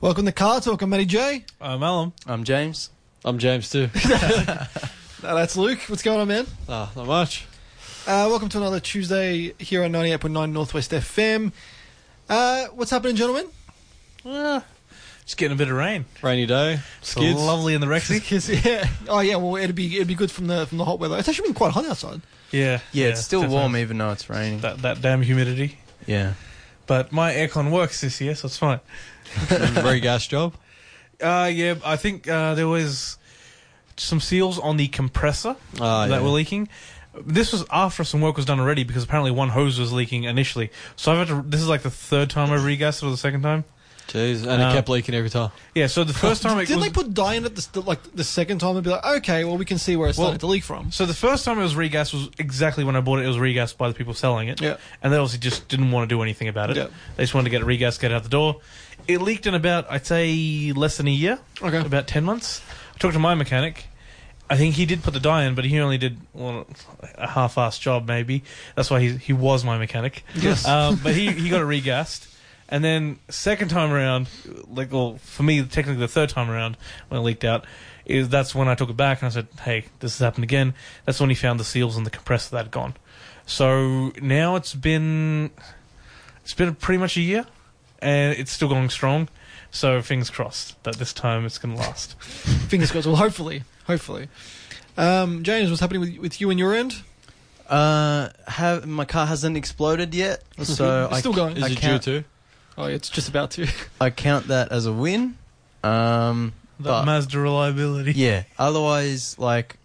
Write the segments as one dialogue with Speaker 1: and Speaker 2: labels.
Speaker 1: Welcome to Car Talk. I'm Matty J.
Speaker 2: I'm Alan.
Speaker 3: I'm Um, James.
Speaker 4: I'm James too.
Speaker 1: Uh, that's Luke. What's going on, man?
Speaker 4: Ah, not much.
Speaker 1: Uh, welcome to another Tuesday here on 98.9 Northwest FM. Uh, what's happening, gentlemen?
Speaker 2: Ah, just getting a bit of rain.
Speaker 4: Rainy day.
Speaker 2: It's
Speaker 4: Skids.
Speaker 2: lovely in the Rexy.
Speaker 1: yeah. Oh, yeah. Well, it'd be it'd be good from the from the hot weather. It's actually been quite hot outside.
Speaker 2: Yeah,
Speaker 3: Yeah, it's still
Speaker 2: definitely.
Speaker 3: warm eh? even though it's raining.
Speaker 2: That that damn humidity.
Speaker 3: Yeah.
Speaker 2: But my aircon works this year, so it's fine.
Speaker 4: Mm, Very gas job.
Speaker 2: Uh, yeah, I think uh, there was some seals on the compressor
Speaker 4: Ah,
Speaker 2: that
Speaker 4: yeah.
Speaker 2: were leaking. This was after some work was done already because apparently one hose was leaking initially. So I've had to. This is like the third time I've regassed it or the second time.
Speaker 4: Jeez, and
Speaker 2: Uh,
Speaker 4: it kept leaking every time.
Speaker 2: Yeah. So the first time it
Speaker 1: Didn't
Speaker 2: was,
Speaker 1: they put dye in it the, like the second time and be like, okay, well, we can see where it's
Speaker 2: Well-
Speaker 1: starting to leak from.
Speaker 2: So the first time it was regassed was exactly when I bought it. It was regassed by the people selling it.
Speaker 1: Yeah.
Speaker 2: And they obviously just didn't want to do anything about it.
Speaker 1: Yeah.
Speaker 2: They just wanted to get it regassed, get it out the door. It leaked in about, I'd say, less than a year,
Speaker 1: Okay.
Speaker 2: about 10 months. I talked to my mechanic. I think he did put the dye in, but he only did well, a half-assed job, maybe. That's why he, he was my mechanic.
Speaker 1: Yes.
Speaker 2: Um, but he, he got it regassed. And then second time around, like well, for me technically the third time around when it leaked out, is that's when I took it back and I said, "Hey, this has happened again." That's when he found the seals and the compressor that had gone. So now it's been it's been pretty much a year, and it's still going strong. So fingers crossed that this time it's gonna last.
Speaker 1: Fingers crossed. Well, hopefully, hopefully. Um, James, what's happening with, with you and your end?
Speaker 3: Uh, have my car hasn't exploded yet, so
Speaker 1: It's
Speaker 3: I,
Speaker 1: still going.
Speaker 4: Is
Speaker 3: I
Speaker 4: it
Speaker 3: can't-
Speaker 4: due to?
Speaker 1: Oh, yeah, it's just about to.
Speaker 3: I count that as a win. Um,
Speaker 2: That
Speaker 3: But-
Speaker 2: Mazda reliability.
Speaker 3: yeah. Otherwise, like,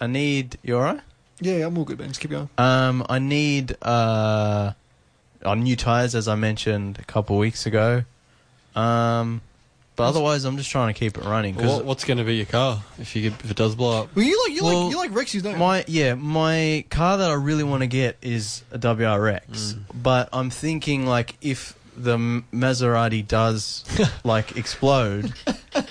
Speaker 3: I need. You alright?
Speaker 1: yeah, I'm all good, man. Just keep going.
Speaker 3: Um, I need uh, uh, new tires as I mentioned a couple weeks ago. Um, but otherwise, I'm just trying to keep it running because
Speaker 4: What, what's going to be your car if you get, if it does blow up?
Speaker 1: Well, you like you
Speaker 3: Well,
Speaker 1: like you like Rexy's, don't you?
Speaker 3: My yeah, my car that I really want to get is a WRX,
Speaker 4: Mm.
Speaker 3: but I'm thinking like if the M- Maserati does like explode,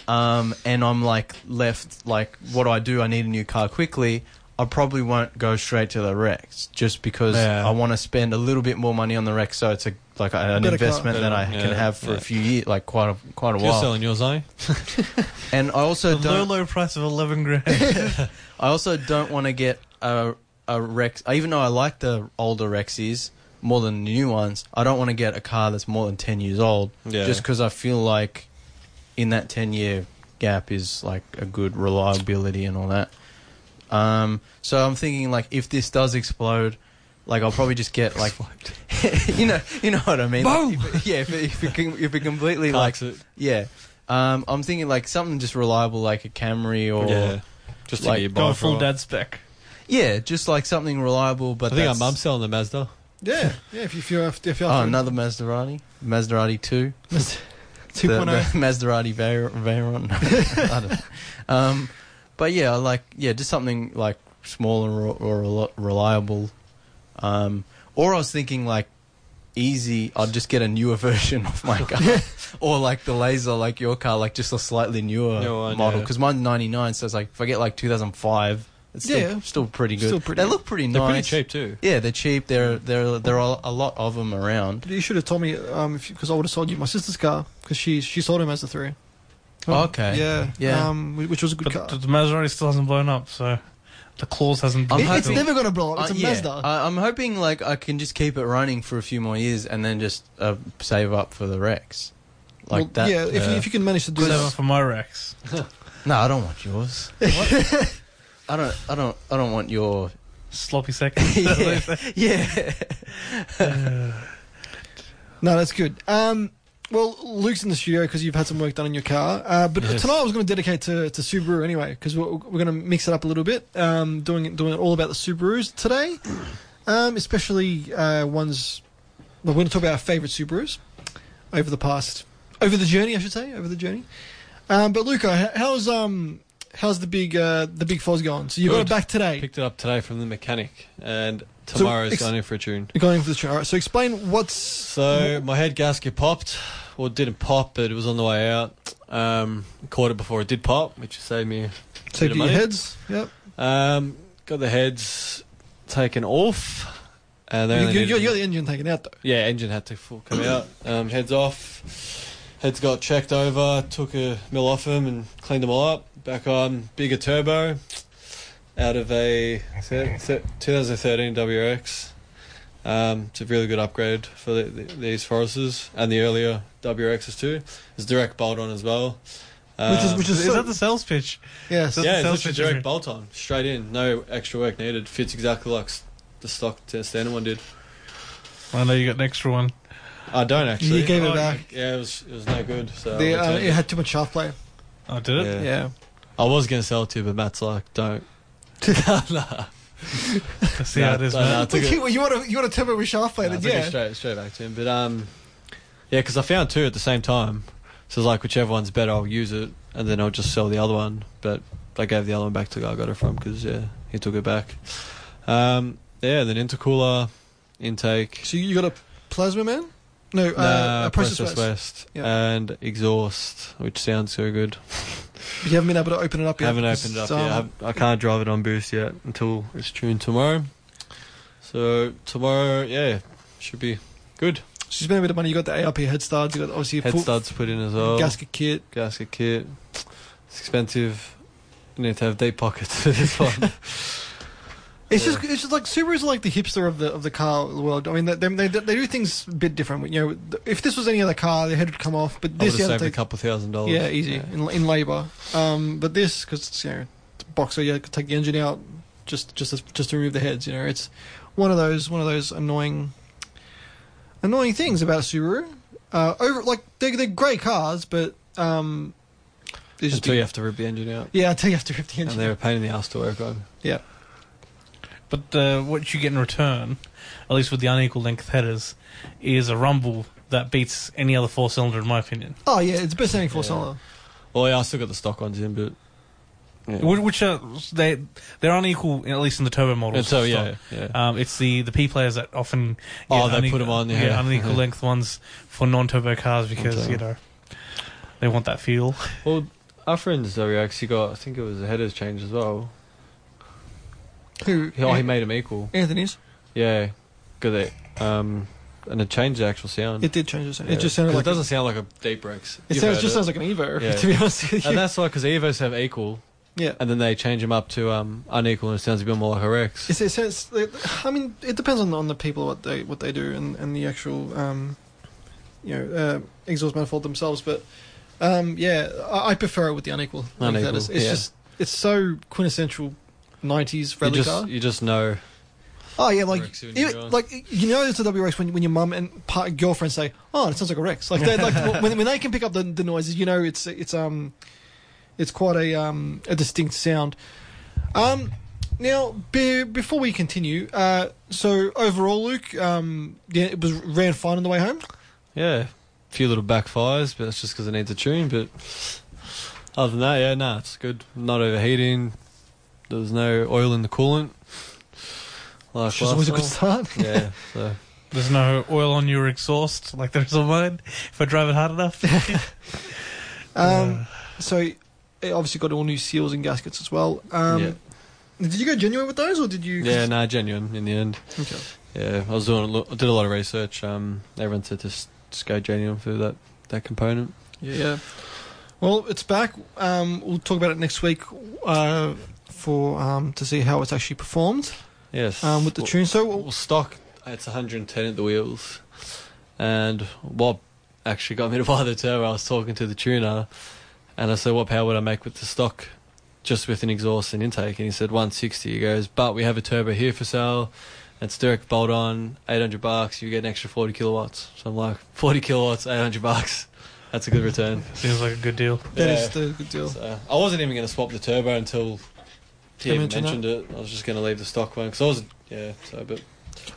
Speaker 3: um, and I'm like left like what do I do? I need a new car quickly. I probably won't go straight to the Rex just because
Speaker 4: Yeah.
Speaker 3: I want to spend a little bit more money on the Rex, so it's a like a, an
Speaker 1: Better car.
Speaker 3: investment that I
Speaker 4: Better,
Speaker 3: can
Speaker 4: yeah,
Speaker 3: have for
Speaker 4: yeah.
Speaker 3: a few years, like quite a quite a
Speaker 4: You're
Speaker 3: while.
Speaker 4: selling yours, eh?
Speaker 3: and I also
Speaker 2: The low,
Speaker 3: don't.
Speaker 2: low price of eleven grand.
Speaker 3: I also don't want to get a a Rex. Even though I like the older Rexies more than the new ones, I don't want to get a car that's more than ten years old.
Speaker 4: Yeah.
Speaker 3: Just because I feel like in that ten year gap is like a good reliability and all that. Um, so I'm thinking like if this does explode, like I'll probably just get like, you know, you know what I mean. Like, if it- yeah, if it, if it, can, if it completely like
Speaker 4: Parks it.
Speaker 3: yeah. Um, I'm thinking like something just reliable like a Camry or
Speaker 4: yeah. Just to
Speaker 3: like,
Speaker 4: get you by
Speaker 2: Going
Speaker 4: for
Speaker 2: full
Speaker 4: a
Speaker 2: dad spec.
Speaker 3: yeah, just like something reliable,
Speaker 4: while.
Speaker 3: but
Speaker 4: I think our
Speaker 3: that's-
Speaker 4: mum's selling the Mazda.
Speaker 1: yeah, yeah. If you if you're if you're
Speaker 3: Oh, another Maserati, Maserati two,
Speaker 1: two
Speaker 3: the,
Speaker 1: point
Speaker 3: the
Speaker 1: oh.
Speaker 3: Maserati Veyron. Veyron. I don't know. um, but yeah, I like yeah, just something like smaller or, or rel- reliable. Um, or I was thinking like easy. I'd just get a newer version of my car, or like the Laser, like your car, like just a slightly newer
Speaker 4: Newer one,
Speaker 3: model.
Speaker 4: yeah.
Speaker 3: Because mine's ninety nine, so it's like if I get like two thousand five, it's still,
Speaker 1: Yeah.
Speaker 3: still pretty good.
Speaker 1: Still pretty
Speaker 3: they
Speaker 1: good.
Speaker 3: look pretty
Speaker 4: They're
Speaker 3: nice.
Speaker 4: pretty cheap too.
Speaker 3: Yeah, they're cheap. They're they're there are a lot of them around.
Speaker 1: You should have told me because I would have sold you my sister's car because she she sold him as the three.
Speaker 3: okay.
Speaker 1: Oh, Yeah.
Speaker 3: Yeah.
Speaker 1: Um, whi- which was a good
Speaker 2: But
Speaker 1: car.
Speaker 2: the, the Maserati still hasn't blown up, so the claws hasn't.
Speaker 3: I'm
Speaker 1: It- it's
Speaker 3: hoping-
Speaker 1: never gonna blow up. It's
Speaker 3: Uh,
Speaker 1: a
Speaker 3: yeah.
Speaker 1: Mazda.
Speaker 3: I, I'm hoping like I can just keep it running for a few more years and then just uh, save up for the Rex, like
Speaker 1: Well,
Speaker 3: that. uh,
Speaker 1: Yeah. If, You, if you can manage to do
Speaker 2: Except
Speaker 1: that.
Speaker 2: for my Rex.
Speaker 3: No, I don't want yours. I don't. I don't. I don't want your.
Speaker 2: Sloppy seconds.
Speaker 3: yeah. yeah.
Speaker 1: No, that's good. Um, well, Luke's in the studio because you've had some work done on your car. Uh, but
Speaker 4: Yes.
Speaker 1: tonight I was going to dedicate to, to Subaru anyway because we're, we're going to mix it up a little bit. Um, doing it- doing it all about the Subarus today, um, especially uh, ones. Well, we're going to talk about our favourite Subarus over the past over the journey, I should say, over the journey. Um, but Luca, h- how's um how's the big uh, the big foz going? So you got it
Speaker 4: Good.
Speaker 1: back today.
Speaker 4: Picked it up today from the mechanic, and
Speaker 1: So,
Speaker 4: tomorrow's
Speaker 1: ex-
Speaker 4: going in for a tune.
Speaker 1: You're going for the show. All right. So explain what's
Speaker 4: So my head gasket popped, well, it didn't pop, but it was on the way out. Um, caught it before it did pop, which saved me
Speaker 1: so
Speaker 4: bit of
Speaker 1: your
Speaker 4: money.
Speaker 1: heads. Yep.
Speaker 4: Um, got the heads taken off. Uh, they
Speaker 1: You,
Speaker 4: only
Speaker 1: you,
Speaker 4: needed-
Speaker 1: you're the engine taken out though.
Speaker 4: yeah, engine had to full come out. Um, heads off. Heads got checked over, took a mill off him and cleaned them all up. Back on, bigger turbo out of a thir- thir- 2013 WRX. Um, it's a really good upgrade for the, the, these Foresters and the earlier WRXs too. It's direct bolt on as well.
Speaker 1: Which is-
Speaker 4: Um,
Speaker 1: which
Speaker 2: Is,
Speaker 1: so-
Speaker 2: that the sales pitch?
Speaker 1: Yes.
Speaker 2: Yeah.
Speaker 4: yeah,
Speaker 2: That's
Speaker 4: it's
Speaker 2: the
Speaker 4: literally
Speaker 2: sales pitch,
Speaker 4: direct bolt on, straight in, no extra work needed. Fits exactly like s- the stock t- standard one did.
Speaker 2: I know you got an extra one.
Speaker 4: I don't actually.
Speaker 1: You gave it
Speaker 4: Oh,
Speaker 1: back.
Speaker 4: Yeah, it was it was no good. So I
Speaker 1: The, uh,
Speaker 4: returned
Speaker 1: it had too much shaft play.
Speaker 2: Oh, did it?
Speaker 4: Yeah.
Speaker 1: Yeah.
Speaker 4: I was gonna sell it to you, but Matt's like, don't. nah,
Speaker 2: Let's see
Speaker 4: Nah,
Speaker 2: how it is,
Speaker 4: nah,
Speaker 2: man.
Speaker 4: nah, I took it-
Speaker 1: you, you want to you want to temper with shaft play?
Speaker 4: nah, I
Speaker 1: then
Speaker 4: took it
Speaker 1: yeah.
Speaker 4: straight straight back to him. But um, yeah, because I found two at the same time. So it's like whichever one's better, I'll use it, and then I'll just sell the other one. But I gave the other one back to the guy I got it from because yeah, he took it back. Um, yeah, then intercooler, intake.
Speaker 1: So you got a plasma man? No,
Speaker 4: No,
Speaker 1: uh, a process,
Speaker 4: Process,
Speaker 1: waste.
Speaker 4: West,
Speaker 1: Yeah.
Speaker 4: and Exhaust, which sounds so good.
Speaker 1: You haven't been able to open it up yet.
Speaker 4: haven't opened it up
Speaker 1: So,
Speaker 4: yet. I, haven't- I can't drive it on boost yet until it's tuned tomorrow. So tomorrow, yeah, should be good.
Speaker 1: So you spent a bit of money. You got the ARP head studs. You got obviously
Speaker 4: Head
Speaker 1: full
Speaker 4: studs put in as well.
Speaker 1: gasket kit.
Speaker 4: gasket kit. It's expensive. You need to have deep pockets for this one.
Speaker 1: It's
Speaker 4: Yeah.
Speaker 1: just it's just like Subarus are like the hipster of the of the car world. I mean, they they, they do things a bit different. You know, if this was any other car, the head would come off. But
Speaker 4: I would
Speaker 1: this,
Speaker 4: have
Speaker 1: you
Speaker 4: saved
Speaker 1: have to
Speaker 4: a couple thousand dollars.
Speaker 1: Yeah, easy in in labour. Um, but this because it's you know it's a boxer, you could take the engine out just just as- just to remove the heads. You know, it's one of those one of those annoying annoying things about a Subaru. Uh, over like they're they're great cars, but um, they just
Speaker 4: Until you have to rip the engine out.
Speaker 1: yeah, until you have to rip the
Speaker 4: And
Speaker 1: engine.
Speaker 4: they're a pain in the ass to work on.
Speaker 2: But uh, what you get in return, at least with the unequal length headers, is a rumble that beats any other four cylinder, in my opinion.
Speaker 1: Oh yeah, it's the best selling four cylinder.
Speaker 4: Well, yeah, I still got the stock ones in, but. Yeah.
Speaker 2: Wh- Which are they? They're unequal, at least in the turbo
Speaker 4: And
Speaker 2: models.
Speaker 4: so,
Speaker 2: stock.
Speaker 4: yeah. yeah.
Speaker 2: Um, it's the, the P players that often
Speaker 4: Oh,
Speaker 2: get
Speaker 4: they put 'em on, yeah.
Speaker 2: unequal
Speaker 4: Yeah.
Speaker 2: length ones for non turbo cars because
Speaker 4: Okay.
Speaker 2: you know they want that feel.
Speaker 4: Well, our friends though, we actually got. I think it was the headers change as well.
Speaker 1: Who?
Speaker 4: He- Oh, he made them equal.
Speaker 1: Anthony's.
Speaker 4: Yeah, got it. Um, and it changed the actual sound.
Speaker 1: It did change the sound.
Speaker 4: Yeah.
Speaker 1: It just sounded
Speaker 4: 'Cause
Speaker 1: like
Speaker 4: it doesn't sound like a deep breaks.
Speaker 1: It sounds, just sounds like an Evo,
Speaker 4: Yeah.
Speaker 1: to be honest with you.
Speaker 4: And that's why because Evos have equal,
Speaker 1: yeah.
Speaker 4: and then they change them up to um unequal, and it sounds a bit more like a Rex.
Speaker 1: It's, it's, it's, I mean, it depends on on the people what they what they do and, and the actual um, you know uh, exhaust manifold themselves. But um, yeah, I, I prefer it with the unequal. I think
Speaker 4: Unequal,
Speaker 1: that is, it's
Speaker 4: yeah.
Speaker 1: just it's so quintessential '90s
Speaker 4: you
Speaker 1: rally
Speaker 4: just
Speaker 1: car.
Speaker 4: you just know.
Speaker 1: Oh yeah, like
Speaker 4: Rex even
Speaker 1: you,
Speaker 4: go on.
Speaker 1: like you know, it's a W Rex when when your mum and pa- girlfriend say, "Oh, it sounds like a Rex." Like they like when when they can pick up the, the noises, you know, it's it's um, it's quite a um a distinct sound. Um, now be, before we continue, uh, so overall, Luke, um, yeah, it was ran fine on the way home.
Speaker 4: Yeah, a few little backfires, but that's just because it needs a tune. But other than that, yeah, nah, it's good. Not overheating. There was no oil in the coolant. Like
Speaker 1: Which is always a good
Speaker 4: last
Speaker 1: start.
Speaker 4: time. Yeah, so.
Speaker 2: There's no oil on your exhaust like there is on mine. If I drive it hard enough, Uh,
Speaker 1: Um, so it obviously got all new seals and gaskets as well. Um,
Speaker 4: Yeah.
Speaker 1: did you go genuine with those, or did you?
Speaker 4: Yeah, nah, genuine in the end.
Speaker 1: Okay.
Speaker 4: Yeah, I was doing a lo- I did a lot of research. Um, everyone said just, just go genuine for that that component.
Speaker 1: Yeah. Well, it's back. Um, we'll talk about it next week uh, for um, to see how it's actually performed
Speaker 4: Yes.
Speaker 1: um, with the
Speaker 4: well,
Speaker 1: tune. So,
Speaker 4: well, stock it's 110 at the wheels, and what actually got me to buy the turbo? I was talking to the tuner, and I said, "What power would I make with the stock?" Just with an exhaust and intake, and he said 160. He goes, but we have a turbo here for sale. It's direct bolt on, 800 bucks. You get an extra 40 kilowatts. So I'm like, 40 kilowatts, 800 bucks. That's a good return.
Speaker 2: seems like a good deal.
Speaker 1: that
Speaker 4: yeah.
Speaker 1: is the good deal.
Speaker 4: So, I wasn't even going to swap the turbo until he
Speaker 1: I
Speaker 4: even
Speaker 1: mentioned
Speaker 4: mentioned it. I was just going to leave the stock one because I was yeah. So, but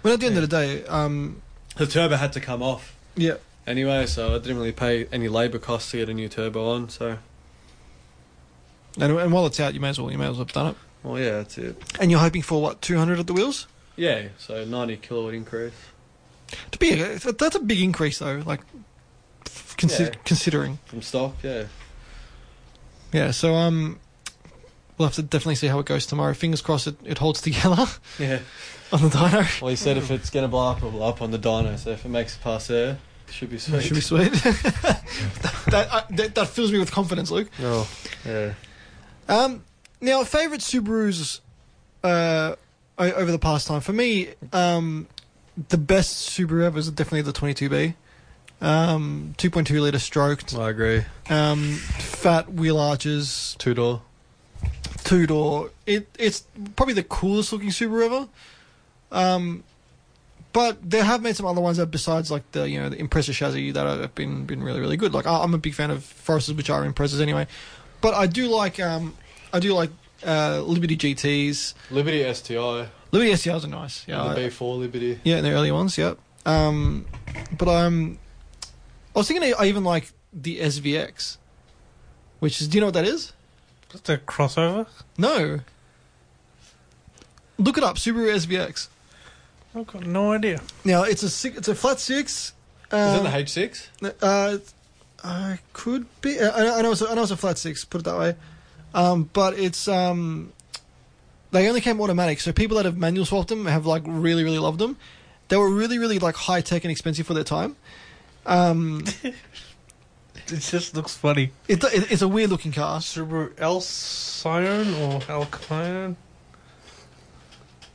Speaker 1: Well, at the end of the day, um,
Speaker 4: the turbo had to come off
Speaker 1: yeah,
Speaker 4: anyway, so I didn't really pay any labour costs to get a new turbo on. So,
Speaker 1: and, and while it's out, you may as well you may as well have done it.
Speaker 4: well, yeah, that's it.
Speaker 1: And you're hoping for what 200 at the wheels?
Speaker 4: Yeah, so 90 kilowatt increase.
Speaker 1: To be a, that's a big increase though. Like f- consi-
Speaker 4: Yeah.
Speaker 1: considering,
Speaker 4: From stock, yeah.
Speaker 1: yeah. So um, we'll have to definitely see how it goes tomorrow. Fingers crossed it, it holds together
Speaker 4: Yeah.
Speaker 1: on the dyno.
Speaker 4: Well, he said if it's going to blow up, it'll blow up on the dyno. So if it makes it past there, it should be sweet.
Speaker 1: Should be sweet. that, I, that that fills me with confidence, Luke.
Speaker 4: Oh, yeah.
Speaker 1: Um, now, favorite Subarus uh, o- over the past time for me, um, the best Subaru ever is definitely the 22B, um, 2.2 liter stroked,
Speaker 4: I agree.
Speaker 1: um, fat wheel arches,
Speaker 4: Two door.
Speaker 1: two door. It it's probably the coolest looking Subaru ever. Um, but they have made some other ones that besides like the you know the Impreza chassis that have been been really really good. Like I- I'm a big fan of Foresters, which are Imprezas anyway. But I do like um I do like uh, Liberty GTS.
Speaker 4: Liberty STI.
Speaker 1: Liberty STRs are nice. Yeah, I-
Speaker 4: the B4 Liberty.
Speaker 1: yeah, in the early ones. Yep. Um, but um, I was thinking I even like the SVX, which is do you know what that is?
Speaker 2: That's a crossover.
Speaker 1: No. Look it up, Subaru SVX.
Speaker 2: I've got no idea.
Speaker 1: Now it's a six, it's a flat six.
Speaker 4: Is it
Speaker 1: Uh,
Speaker 4: the H6?
Speaker 1: uh, I could be. uh, I, I know- I know. It's a, I know it's a flat six. Put it that way. Um, but it's um, they only came automatic, so people that have manual swapped them have like really, really loved them. They were really, really like high tech and expensive for their time. Um,
Speaker 2: It just looks funny.
Speaker 1: it, it, it's a weird looking car.
Speaker 2: Subaru Alcyon or Alcyon?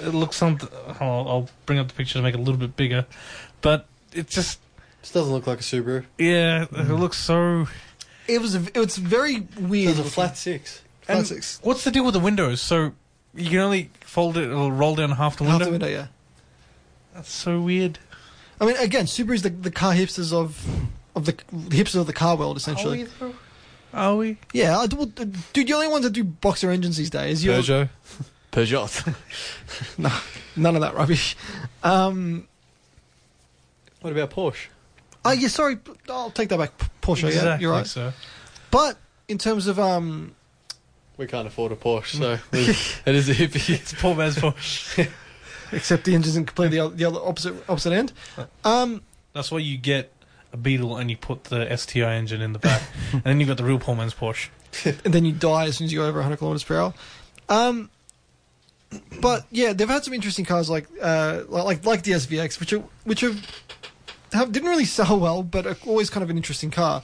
Speaker 2: it looks something. I'll, I'll bring up the picture to make it a little bit bigger, but it just
Speaker 4: This doesn't look like a Subaru.
Speaker 2: yeah, it looks so.
Speaker 1: It was. a- It's very weird.
Speaker 4: It's a
Speaker 1: looking.
Speaker 4: flat six.
Speaker 1: flat
Speaker 2: and
Speaker 1: six.
Speaker 2: What's the deal with the windows? So you can only fold it or roll down half the window.
Speaker 1: Half the window, yeah.
Speaker 2: That's so weird.
Speaker 1: I mean, again, Subaru's the, the car hipsters of of the, the hipsters of the car world,
Speaker 2: Oh,
Speaker 1: essentially.
Speaker 2: Are we?
Speaker 1: Yeah, I, well, uh, dude, the only ones that do boxer engines these days, you
Speaker 4: Peugeot. Peugeot.
Speaker 1: none of that rubbish. Um,
Speaker 4: what about Porsche?
Speaker 1: oh, yeah, sorry, p- I'll take that back. P- Porsche, yeah,
Speaker 2: Exactly,
Speaker 1: you're right.
Speaker 2: So.
Speaker 1: But in terms of um,
Speaker 4: We can't afford a Porsche, so it is a hippie.
Speaker 2: It's poor man's Porsche.
Speaker 1: except the engine's in completely the, oth- the other opposite opposite end. Um,
Speaker 2: That's why you get a Beetle and you put the STI engine in the back, and then you got the real poor man's Porsche.
Speaker 1: and then you die as soon as you go over 100 kilometers per hour. Um, but yeah, they've had some interesting cars like uh, like like, like the SVX, which are, which have, have didn't really sell well, but are always kind of an interesting car.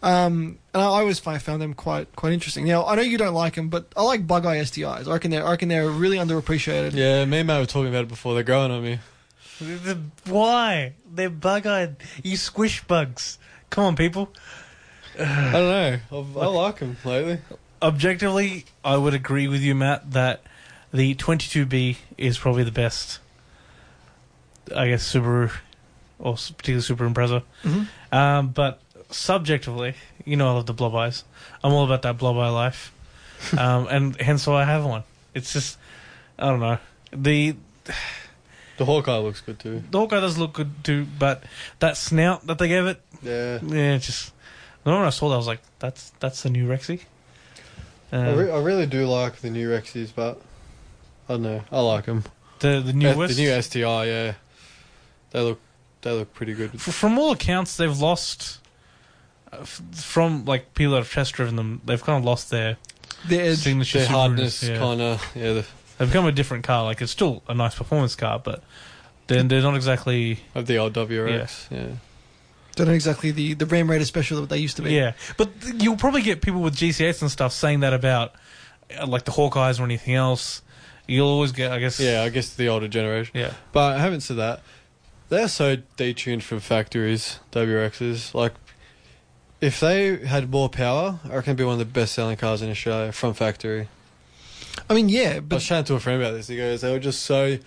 Speaker 1: Um, and I always find, found them quite quite interesting. Now I know you don't like them, but I like Bug Eye STIs. I reckon they're I reckon they're really underappreciated.
Speaker 4: Yeah, me and Matt were talking about it before. They're growing on me.
Speaker 2: The- Why? They're bug-eyed. You squish bugs. Come on, people.
Speaker 4: I don't know. I've, I like them lately.
Speaker 2: Objectively, I would agree with you, Matt, that the 22B is probably the best, I guess, Subaru, or s- particularly Super Impreza.
Speaker 1: Mhm.
Speaker 2: Um, but subjectively, you know I love the blob eyes. I'm all about that blob eye life. um, and hence why I have one. It's just, I don't know. The
Speaker 4: The Hawkeye looks good too.
Speaker 2: the Hawkeye does look good too, but that snout that they gave it,
Speaker 4: Yeah.
Speaker 2: Yeah, it's just the moment I saw that, I was like, "That's that's the new Rexy." Uh,
Speaker 4: I, re- I Oh, really do like the new Rexes, but I don't know. I like them.
Speaker 2: the the new
Speaker 4: the
Speaker 2: West.
Speaker 4: new STI, yeah. They look they look pretty good.
Speaker 2: F- from all accounts, they've lost uh, f- from like people that have test driven them. They've kind of lost their
Speaker 1: They're-
Speaker 2: signature
Speaker 4: Their
Speaker 2: Subarus,
Speaker 4: hardness
Speaker 2: yeah.
Speaker 4: kind of yeah. The,
Speaker 2: They've become a different car. Like it's still a nice performance car, but they're they're not exactly
Speaker 4: of the old WRX, yeah.
Speaker 1: they're not exactly the the Ram Raider special that they used to be.
Speaker 2: yeah. But th- you'll probably get people with GCS and stuff saying that about uh, like the Hawkeyes or anything else. You'll always get, I guess.
Speaker 4: yeah. I guess the older generation.
Speaker 2: yeah.
Speaker 4: But I haven't said that. They're so detuned from factories. WRXs like if they had more power, I reckon it'd be one of the best selling cars in Australia from factory.
Speaker 1: I mean, yeah,
Speaker 4: I was
Speaker 1: but
Speaker 4: chatting to a friend about this. He goes, they were just so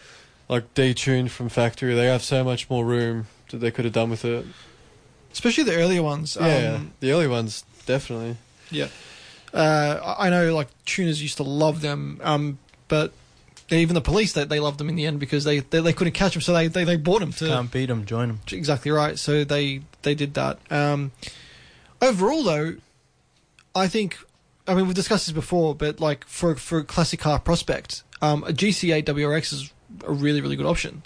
Speaker 4: like detuned from factory. They have so much more room that they could have done with it.
Speaker 1: especially the earlier ones.
Speaker 4: yeah,
Speaker 1: Um,
Speaker 4: the early ones definitely.
Speaker 1: Yeah. Uh, I- I know like tuners used to love them, um, but even the police they, they loved them in the end because they, they, they couldn't catch them, so they, they, they bought them to
Speaker 3: Can't beat them. Join them.
Speaker 1: exactly right. So they they did that. Um, overall, though, I think I mean we've discussed this before, but like for for a classic car prospect, um, a GC8 WRX is a really really good option.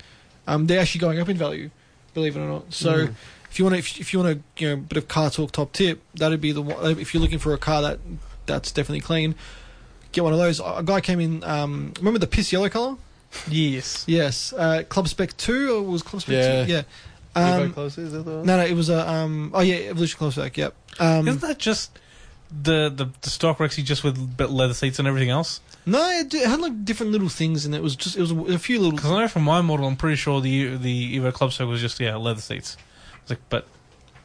Speaker 1: Um, they're actually going up in value, believe it or not. So.
Speaker 4: Mm.
Speaker 1: If you want to, if, if you want to, you know, bit of car talk top tip, that'd be the one. uh, If you're looking for a car that that's definitely clean, get one of those. A guy came in. Um, remember the piss yellow color?
Speaker 2: Yes.
Speaker 1: Yes, uh, Club Spec Two or was Club Spec
Speaker 4: Yeah.
Speaker 1: Two? Yeah, Um,
Speaker 3: closer, is that the
Speaker 1: no, no, it was a. Um, oh yeah, Evolution Cloverback. Yep. Um,
Speaker 2: Isn't that just the, the the stock Rexy just with be- leather seats and everything else?
Speaker 1: no, it, d- it had like different little things, and it was just it was a few little.
Speaker 2: Because I know from my model, I'm pretty sure the the Evo Club Circle was just yeah leather seats. I was like, but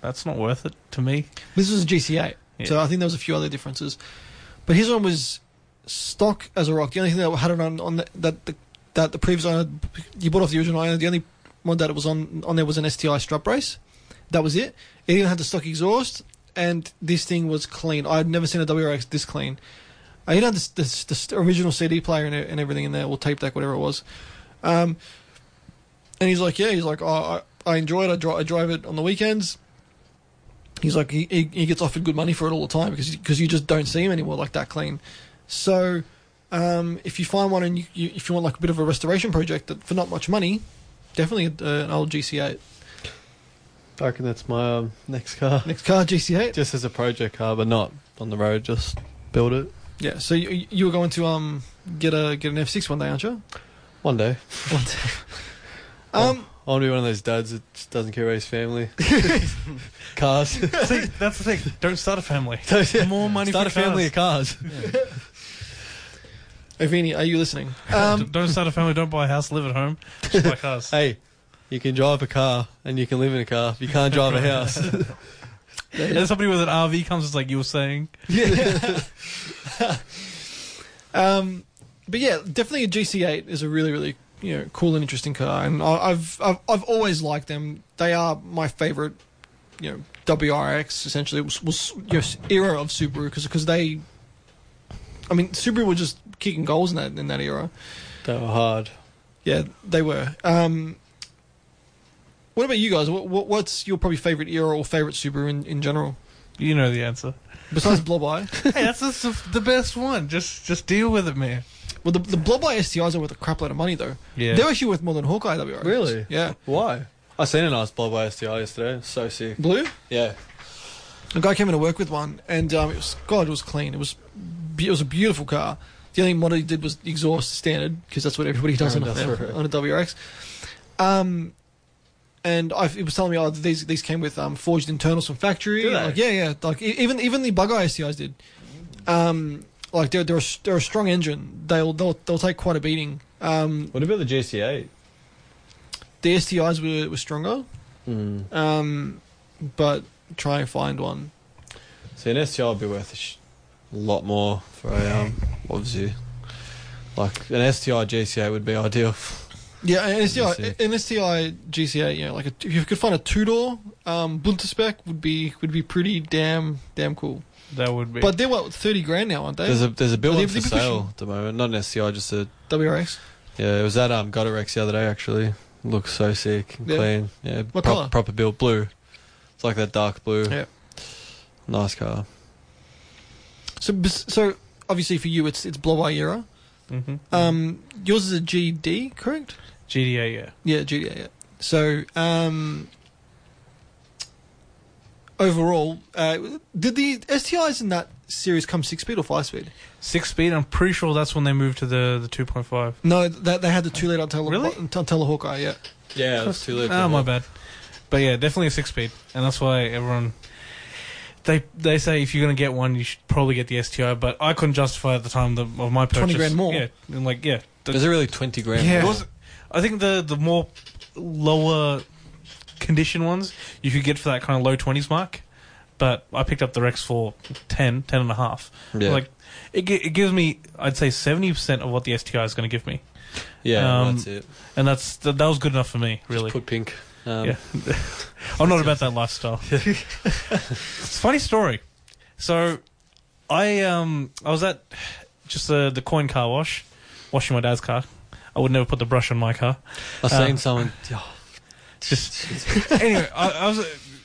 Speaker 2: that's not worth it to me.
Speaker 1: This was a GCA, so
Speaker 2: Yeah.
Speaker 1: I think there was a few other differences, but his one was stock as a rock. The only thing that had it on on the, that the, that the previous owner you bought off the original owner, the only one that it was on on there was an STI strut brace. That was it. It even had the stock exhaust, and this thing was clean. I'd never seen a WRX this clean. I even had this, this, this original CD player and, and everything in there, or tape deck, whatever it was. Um, and he's like, yeah, he's like, oh, I, I enjoy it. I, dri- I drive it on the weekends. He's like, he, he he gets offered good money for it all the time because because you just don't see him anymore like that clean. So, um, if you find one and you, you, if you want like a bit of a restoration project that, for not much money, definitely uh, an old GC8.
Speaker 4: I reckon that's my um, next car.
Speaker 1: Next car, GC8.
Speaker 4: Just as a project car, but not on the road. Just build it
Speaker 1: Yeah. So you, you were going to um get a get an F6 one day, aren't you?
Speaker 4: one day.
Speaker 1: One day. um.
Speaker 4: I want to be one of those dads that just doesn't care about his family. cars.
Speaker 2: See, that's the thing. Don't start a family.
Speaker 4: Don't- yeah.
Speaker 2: More money
Speaker 4: Start
Speaker 2: for
Speaker 4: a family of cars.
Speaker 1: Avini, are you listening?
Speaker 2: cars.
Speaker 1: Um,
Speaker 2: don't start a family. Don't buy a house. Live at home. Just buy cars.
Speaker 4: hey, you can drive a car and you can live in a car. If you can't drive a house.
Speaker 2: And then somebody with an RV comes, it's like you were saying.
Speaker 1: Yeah. um, but yeah, definitely a GC8 is a really, really you know cool and interesting car, and I, I've, I've I've always liked them. They are my favorite, you know, WRX essentially was, was you know, era of Subaru because they, I mean, Subaru were just kicking goals in that in that era.
Speaker 4: they were hard.
Speaker 1: Yeah, they were. Um, what about you guys? What, what what's your probably favorite era or favorite Subaru in, in general
Speaker 2: You know the answer.
Speaker 1: besides Blob Eye?
Speaker 2: hey, that's, that's the, the best one. Just just deal with it, man.
Speaker 1: Well, the, the Blob Eye STIs are worth a crap load of money, though.
Speaker 2: Yeah.
Speaker 1: They're actually worth more than Hawkeye WRX.
Speaker 4: Really?
Speaker 1: Yeah.
Speaker 4: Why? I seen a nice blob by STI yesterday. So sick.
Speaker 1: Blue?
Speaker 4: Yeah.
Speaker 1: A guy came into work with one, and um, it was, God, it was clean. It was be- it was a beautiful car. The only mod he did was exhaust standard, because that's what everybody does on a,
Speaker 4: Oh, That's right.
Speaker 1: on a WRX. Um, and I, it was telling me, oh, these these came with um, forged internals from factory.
Speaker 4: Do they?
Speaker 1: Like, yeah, yeah. Like e- even even the Bug Eye STIs did. Um, like they're they're a, s- they're a strong engine. They'll they'll they'll take quite a beating. Um,
Speaker 5: What about the GC8?
Speaker 1: the STIs were were stronger.
Speaker 4: Mm.
Speaker 1: Um, but try and find one.
Speaker 4: So an STI would be worth a sh- lot more for a um, obviously. Like an STI GCA would be ideal.
Speaker 1: Yeah, an STI,
Speaker 4: Let me
Speaker 1: an STI GCA. Yeah, like a, if you could find a two door um, Bunter spec would be would be pretty damn damn cool.
Speaker 2: That would be.
Speaker 1: But they're what thirty grand now, aren't they?
Speaker 4: There's a there's a build
Speaker 1: Well,
Speaker 4: up
Speaker 1: they'd
Speaker 4: for
Speaker 1: be
Speaker 4: sale
Speaker 1: pushing-
Speaker 4: at the moment. Not an STI, just a
Speaker 1: WRX.
Speaker 4: yeah. It was at um Godorex the other day actually. Looks so sick and
Speaker 1: Yeah.
Speaker 4: clean. Yeah.
Speaker 1: What
Speaker 4: prop-
Speaker 1: colour?
Speaker 4: Proper build blue. It's like that dark blue.
Speaker 1: Yeah.
Speaker 4: Nice car.
Speaker 1: So bes- so obviously for you it's it's blow by era.
Speaker 2: Mhm.
Speaker 4: Mm.
Speaker 1: Um, yours is a GD, correct?
Speaker 2: GDA, yeah.
Speaker 1: Yeah, GDA. Yeah. So um, overall, uh, did the STIs in that series come six speed or five speed?
Speaker 2: Six speed. I'm pretty sure that's when they moved to the the 2.5.
Speaker 1: No, that they had the two liter Antella,
Speaker 2: Really?
Speaker 1: Antella Hawkeye. uh, Yeah,
Speaker 4: Yeah, it was too late.
Speaker 2: Oh, my bad. But yeah, definitely a six speed, and that's why everyone. They they say if you're going to get one, you should probably get the STI. But I couldn't justify at the time the, of my purchase.
Speaker 1: 20 grand more.
Speaker 2: Yeah, and like yeah, the-
Speaker 4: Is it really twenty grand?
Speaker 2: yeah.
Speaker 1: Yeah.
Speaker 2: It was, I think the the more lower condition ones you could get for that kind of low twenties mark. But I picked up the Rex for 10, 10 and a half.
Speaker 4: Yeah.
Speaker 2: Like it, gi- it gives me, I'd say seventy percent of what the STI is going to give me,
Speaker 4: yeah,
Speaker 2: um,
Speaker 4: that's it.
Speaker 2: and that's that, that was good enough for me. Really,
Speaker 4: Put pink. Um,
Speaker 2: Yeah. I'm not about that lifestyle. it's a funny story. So I um I was at just the the coin car wash, washing my dad's car. I would never put the brush on my car.
Speaker 4: I've
Speaker 2: Uh,
Speaker 4: seen someone.
Speaker 2: Just anyway, I, I was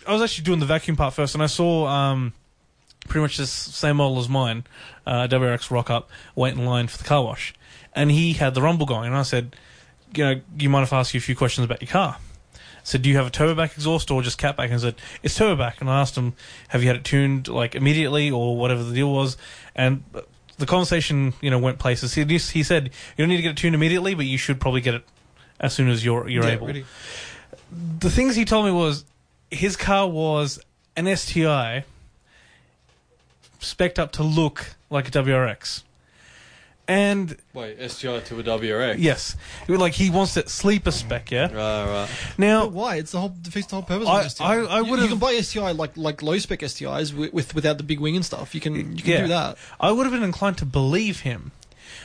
Speaker 2: I was actually doing the vacuum part first, and I saw um pretty much the s- same model as mine, uh, WRX Rock Up, wait in line for the car wash, and he had the rumble going, and I said, you know, you mind if I ask you a few questions about your car? So do you have a turbo back exhaust or just cat back? And he said, it's turbo back. And I asked him, have you had it tuned like immediately or whatever the deal was? And uh, the conversation, you know, went places. He, he said, you don't need to get it tuned immediately, but you should probably get it as soon as you're, you're
Speaker 1: Yeah,
Speaker 2: able.
Speaker 1: really.
Speaker 2: the things he told me was his car was an STI spec'd up to look like a WRX. And
Speaker 4: Wait, STI to a WRX.
Speaker 2: yes, it was like he wants that sleeper spec, yeah.
Speaker 4: Right, right.
Speaker 1: But
Speaker 2: Now,
Speaker 1: why? It's the whole defeats the whole purpose
Speaker 2: I-
Speaker 1: of an STI.
Speaker 2: I- I
Speaker 1: You- you,
Speaker 2: would've-
Speaker 1: can buy STI like like low spec STIs with, with without the big wing and stuff. You can you can
Speaker 2: Yeah.
Speaker 1: do that.
Speaker 2: I would have been inclined to believe him.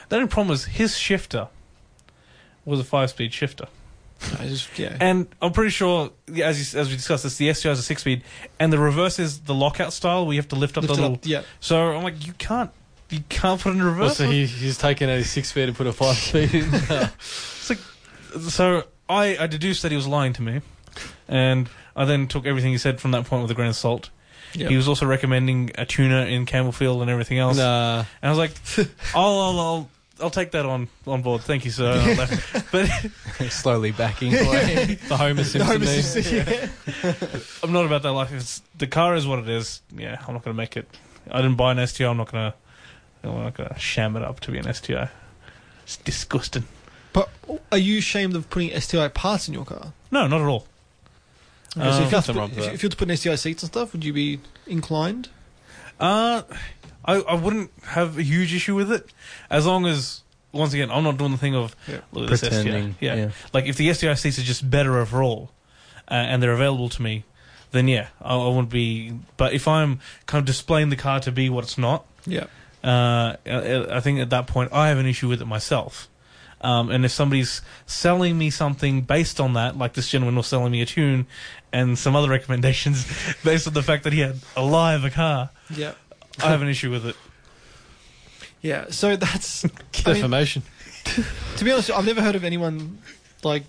Speaker 2: The only problem was his shifter was a five-speed shifter.
Speaker 1: I just, yeah.
Speaker 2: And I'm pretty sure, yeah, as you, as we discussed, it's the STI is a six speed, and the reverse is the lockout style where you have to lift up
Speaker 1: Lift
Speaker 2: the
Speaker 1: it
Speaker 2: little.
Speaker 1: up, yeah.
Speaker 2: So I'm like, you can't, you can't put it in
Speaker 4: Well,
Speaker 2: reverse.
Speaker 4: so he, he's taken a six feet and put a five feet in.
Speaker 2: It's like- so I, I deduced that he was lying to me, and I then took everything he said from that point with a grain of salt.
Speaker 1: Yeah.
Speaker 2: He was also recommending a tuna in Campbellfield and everything else.
Speaker 4: nah.
Speaker 2: And I was like, I'll, I'll, I'll, I'll take that on, on board. Thank you, sir. And I left. But
Speaker 3: slowly backing away.
Speaker 4: The Homer Simpson.
Speaker 1: Homer
Speaker 4: meme.
Speaker 1: Simpson, yeah.
Speaker 2: I'm not about that life. If it's, the car is what it is, yeah, I'm not going to make it. I didn't buy an STI. I'm not going to. I'm not going to sham it up to be an STI. It's disgusting.
Speaker 1: But are you ashamed of putting STI parts in your car?
Speaker 2: No, not at all.
Speaker 1: Okay, so
Speaker 2: Um,
Speaker 1: if, you had to
Speaker 4: Uh, nothing
Speaker 1: put-
Speaker 4: wrong with
Speaker 1: if you-
Speaker 4: that.
Speaker 1: if you had to put in STI seats and stuff, would you be inclined?
Speaker 2: Uh, I, I wouldn't have a huge issue with it as long as, once again, I'm not doing the thing of
Speaker 1: Yeah.
Speaker 2: look at this
Speaker 3: Pretending.
Speaker 2: STI. Yeah. Like, if the STI seats are just better overall uh, and they're available to me, then yeah, I, I wouldn't be. But if I'm kind of displaying the car to be what it's not,
Speaker 1: Yeah.
Speaker 2: uh, I I think at that point I have an issue with it myself. Um, and if somebody's selling me something based on that, like this gentleman was selling me a tune and some other recommendations based on the fact that he had a lie of a car,
Speaker 1: Yeah.
Speaker 2: I have an issue with it.
Speaker 1: Yeah. So that's I mean,
Speaker 4: Defamation.
Speaker 1: to be honest, I've never heard of anyone like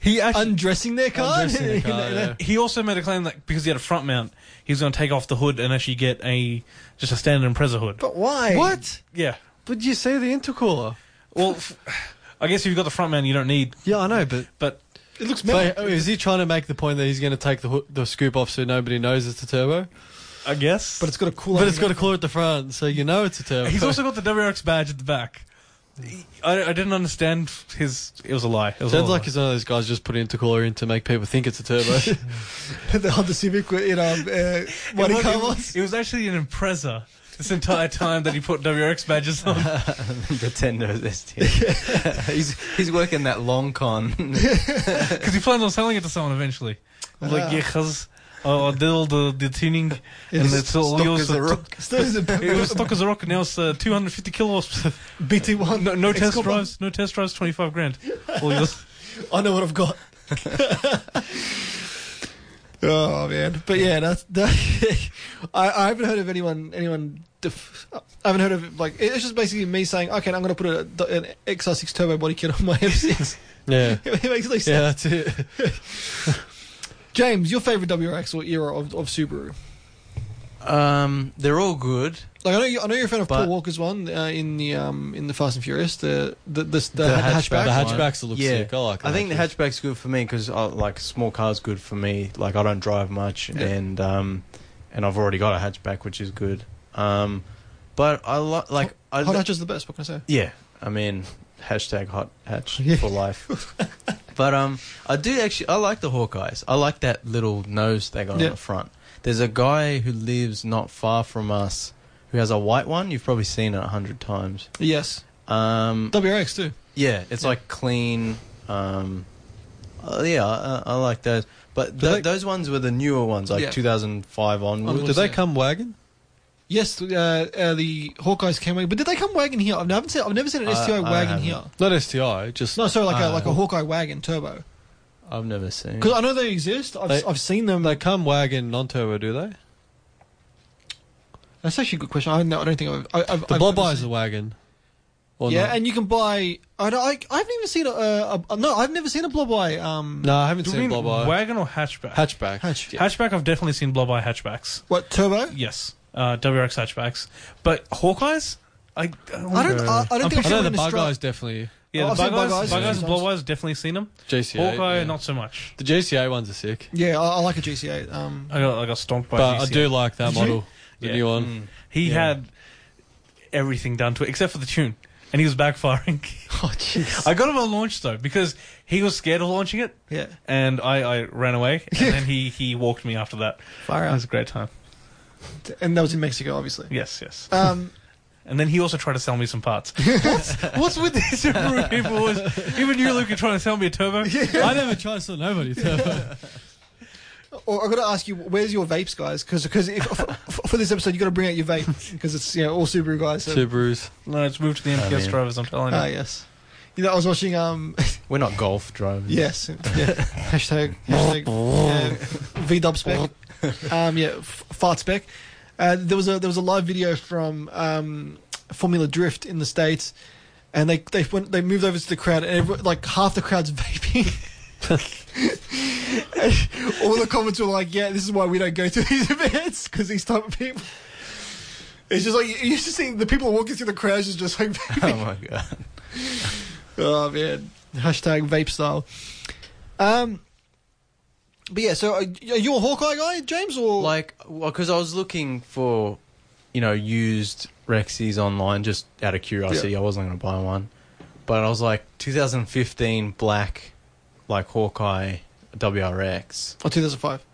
Speaker 2: He actually,
Speaker 1: undressing their car.
Speaker 4: Undressing the car,
Speaker 1: You know,
Speaker 4: yeah.
Speaker 2: he also made a claim that because he had a front mount, he was going to take off the hood and actually get a just a standard Impreza hood.
Speaker 1: But why?
Speaker 4: What?
Speaker 2: Yeah.
Speaker 4: But you see the intercooler.
Speaker 2: Well, f- I guess if you've got the front mount, you don't need.
Speaker 4: Yeah, I know, but
Speaker 2: But
Speaker 1: It looks
Speaker 4: so, uh,
Speaker 1: metal.
Speaker 4: is he trying to make the point that he's going to take the hoo- the scoop off so nobody knows it's a turbo?
Speaker 2: I guess.
Speaker 1: but it's got a cool.
Speaker 4: But it's got a claw at the front, so you know it's a turbo.
Speaker 2: He's also got the WRX badge at the back. I, I didn't understand his. It was a lie. It was
Speaker 4: Sounds
Speaker 2: all a
Speaker 4: like
Speaker 2: lie.
Speaker 4: he's one of those guys just put intercooler in to make people think it's a turbo.
Speaker 1: the Honda Civic in um, uh, what
Speaker 2: it
Speaker 1: do you
Speaker 2: was,
Speaker 1: call
Speaker 2: it was- it was actually an Impreza this entire time that he put WRX badges on.
Speaker 3: Pretend it was STI. he's he's working that long con.
Speaker 2: Because he plans on selling it to someone eventually. I'm
Speaker 1: Ah.
Speaker 2: Like, yeah, cuz. Oh, I did all the, the tuning and
Speaker 1: was
Speaker 2: it's all
Speaker 3: stock
Speaker 2: yours.
Speaker 3: as a rock.
Speaker 1: Still is a
Speaker 2: It was stock as a rock, and now it's uh, 250 kilowatts.
Speaker 1: BT one.
Speaker 2: No, no test drives. No test drives. 25 grand. All yours.
Speaker 1: I know what I've got. oh man, but yeah, that's that. I, I haven't heard of anyone anyone. Def- I haven't heard of like it's just basically me saying, okay, I'm going to put a, an XR6 turbo body kit on my M6.
Speaker 4: yeah.
Speaker 1: it makes no sense.
Speaker 4: Yeah, that's it.
Speaker 1: James, your favorite WRX or era of, of Subaru?
Speaker 3: Um, they're all good.
Speaker 1: Like I know, you, I know you're a fan of
Speaker 3: But-
Speaker 1: Paul Walker's one uh, in the um in the Fast and Furious, the the the, the,
Speaker 3: The
Speaker 1: hatchback.
Speaker 3: hatchback.
Speaker 4: The
Speaker 3: Back
Speaker 4: hatchbacks look
Speaker 3: Yeah.
Speaker 4: sick. I like.
Speaker 3: I think the hatchback's good for me because like small cars good for me. Like I don't drive much,
Speaker 1: Yeah.
Speaker 3: and um, and I've already got a hatchback, which is good. Um, but I lo- like I
Speaker 1: Hot hatch is the best. What can I say?
Speaker 3: yeah. I mean, hashtag hot hatch
Speaker 1: Yeah.
Speaker 3: for life. but um, I do actually I like the Hawkeyes. I like that little nose they got
Speaker 1: Yeah.
Speaker 3: on the front. There's a guy who lives not far from us who has a white one. You've probably seen it a hundred times.
Speaker 1: Yes,
Speaker 3: Um,
Speaker 1: WRX too.
Speaker 3: yeah, it's like clean. Um, uh, yeah, I, I I like those. But
Speaker 1: Do
Speaker 3: tho-
Speaker 1: they-
Speaker 3: those ones were the newer ones, like
Speaker 1: Yeah.
Speaker 3: 2005 onwards.
Speaker 1: Onwards.
Speaker 4: Do Um, they
Speaker 1: yeah.
Speaker 4: come wagon?
Speaker 1: Yes, uh, uh, the Hawkeyes came wagon, but did they come wagon here? I've never seen. I've never seen an
Speaker 3: I-
Speaker 1: STI
Speaker 3: I
Speaker 1: wagon
Speaker 3: haven't.
Speaker 1: here.
Speaker 4: Not STI. Just Ah.
Speaker 1: No, sorry, like a
Speaker 3: Uh,
Speaker 1: like a Hawkeye wagon turbo.
Speaker 3: I've never seen.
Speaker 1: Because I know they exist. I've
Speaker 4: They-
Speaker 1: I've seen them.
Speaker 4: they come wagon non-turbo. Do they?
Speaker 1: That's actually a good question. I, no, I don't think I've. I, I've
Speaker 4: The
Speaker 1: I've
Speaker 4: blob
Speaker 1: ever
Speaker 4: eyes
Speaker 1: seen-
Speaker 4: a wagon. Or
Speaker 1: Yeah,
Speaker 4: not?
Speaker 1: and you can buy. I, don't, I I haven't even seen a, a, a no. I've never seen a blob eye. Um,
Speaker 4: no, I haven't
Speaker 2: Do you
Speaker 4: seen
Speaker 2: mean
Speaker 4: blob eye.
Speaker 2: wagon or hatchback?
Speaker 4: hatchback.
Speaker 1: hatch.
Speaker 2: Hatchback, I've definitely seen blob eye hatchbacks.
Speaker 1: What turbo?
Speaker 2: Yes, uh, WRX hatchbacks. But Hawkeyes, I, I don't.
Speaker 1: I don't. I, I don't
Speaker 2: I'm
Speaker 1: think
Speaker 4: I
Speaker 1: I've
Speaker 4: know
Speaker 1: seen
Speaker 4: the
Speaker 1: them in
Speaker 4: bug
Speaker 1: Australia.
Speaker 4: eyes definitely
Speaker 2: yeah,
Speaker 1: I've
Speaker 2: the
Speaker 1: seen
Speaker 2: bug eyes,
Speaker 1: bug eyes
Speaker 2: bug
Speaker 1: a
Speaker 2: eyes
Speaker 1: few
Speaker 2: and blob
Speaker 1: times.
Speaker 2: eyes, definitely seen them.
Speaker 4: JCA.
Speaker 2: Hawkeye,
Speaker 4: yeah.
Speaker 2: not so much.
Speaker 4: The JCA ones are sick.
Speaker 1: Yeah, I, I like a GC8. Um,
Speaker 2: I got I got stomped by.
Speaker 4: But I
Speaker 2: GCA.
Speaker 4: do like that
Speaker 1: Did you?
Speaker 4: model. The
Speaker 2: Yeah.
Speaker 4: new one.
Speaker 3: Mm.
Speaker 2: He
Speaker 3: Yeah.
Speaker 2: had everything done to it except for the tune, and he was backfiring.
Speaker 4: Oh, jeez.
Speaker 2: I got him a launch though because he was scared of launching it,
Speaker 1: Yeah.
Speaker 2: and I, I ran away, and then he, he walked me after that.
Speaker 1: Far
Speaker 2: That
Speaker 1: out.
Speaker 2: was a great time.
Speaker 1: And that was in Mexico, obviously.
Speaker 2: Yes, yes.
Speaker 1: Um,
Speaker 2: And then he also tried to sell me some parts. what's, what's with these Subaru people? Is, even you, Luke, are trying to sell me a turbo.
Speaker 4: Mm.
Speaker 5: I never tried to sell nobody. So.
Speaker 1: or I've got to ask you, where's your vapes, guys? Because if, for, for this episode, you've got to bring out your vape because it's you know all Subaru guys. So.
Speaker 4: Subarus.
Speaker 2: No, it's moved to the MPS
Speaker 3: man.
Speaker 2: drivers. I'm telling you.
Speaker 1: Ah, yes. You know, I was watching. Um,
Speaker 3: We're not golf drivers.
Speaker 1: yes. Yeah. hashtag hashtag uh, VDub spec. Um, yeah, f- fart spec. Uh, there was a there was a live video from um, Formula Drift in the states, and they they went they moved over to the crowd, and everyone, like half the crowd's vaping. And all the comments were like, "Yeah, this is why we don't go to these events because these type of people." It's just like you- you're just seeing the people walking through the crowds is just like vaping.
Speaker 3: Oh my god.
Speaker 1: Oh man, hashtag vape style. Um, but yeah, so are are you a Hawkeye guy, James, or
Speaker 3: Like, well, because I was looking for, you know, used Rexies online just out of curiosity. I wasn't going to buy one, but I was like 2015 black, like Hawkeye WRX.
Speaker 1: or 2005?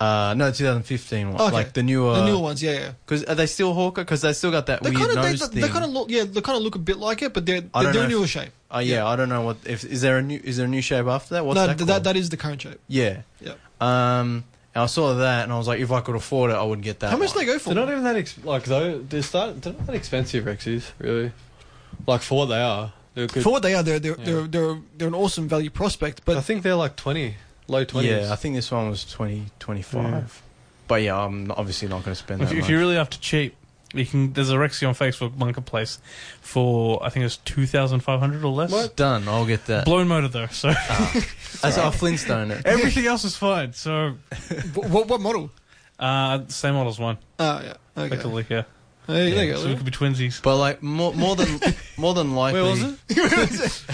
Speaker 3: Uh, no, 2015 one,
Speaker 1: Okay.
Speaker 3: like the newer.
Speaker 1: the newer ones, yeah, yeah.
Speaker 3: Because are they still Hawkeye? Because they still got that
Speaker 1: They
Speaker 3: weird
Speaker 1: kind of they,
Speaker 3: nose
Speaker 1: they,
Speaker 3: thing.
Speaker 1: kind of look, yeah, they kind of look a bit like it, but they're
Speaker 3: I
Speaker 1: they're,
Speaker 3: don't
Speaker 1: they're
Speaker 3: know
Speaker 1: a
Speaker 3: if-
Speaker 1: newer shape.
Speaker 3: Oh yeah, I don't know what if is there a new is there a new shape after that? What's
Speaker 1: no,
Speaker 3: that,
Speaker 1: th-
Speaker 3: called?
Speaker 1: that that is the current shape.
Speaker 3: Yeah.
Speaker 1: Yeah.
Speaker 3: Um, and I saw that and I was like, if I could afford it, I would get that.
Speaker 1: How much do
Speaker 3: one.
Speaker 1: they go for?
Speaker 4: They're not even that ex- like though. They're start. They're not that expensive Rexes, really. Like for what they are, they're good.
Speaker 1: For what they are, they're they're,
Speaker 4: Yeah.
Speaker 1: they're they're they're an awesome value prospect.
Speaker 4: I
Speaker 1: But
Speaker 4: think they're like twenty, low twenties.
Speaker 3: Yeah, I think this one was 20, 25.
Speaker 2: Yeah.
Speaker 3: But yeah, I'm not- obviously not going to spend that
Speaker 2: If, you- if
Speaker 3: much.
Speaker 2: you're really after cheap, you can. There's a Rexy on Facebook marketplace for I think it's two thousand five hundred or less.
Speaker 3: It's done, I'll get that.
Speaker 2: Blown motor though, so
Speaker 3: That's our Flintstone. it.
Speaker 2: everything else is fine. So
Speaker 1: what what model?
Speaker 2: uh, same model as one,
Speaker 1: Oh yeah, okay.
Speaker 2: effectively. Yeah,
Speaker 1: There, there you
Speaker 2: so we
Speaker 1: go.
Speaker 2: could be twinsies.
Speaker 3: But like more, more than more than likely,
Speaker 4: Where was it?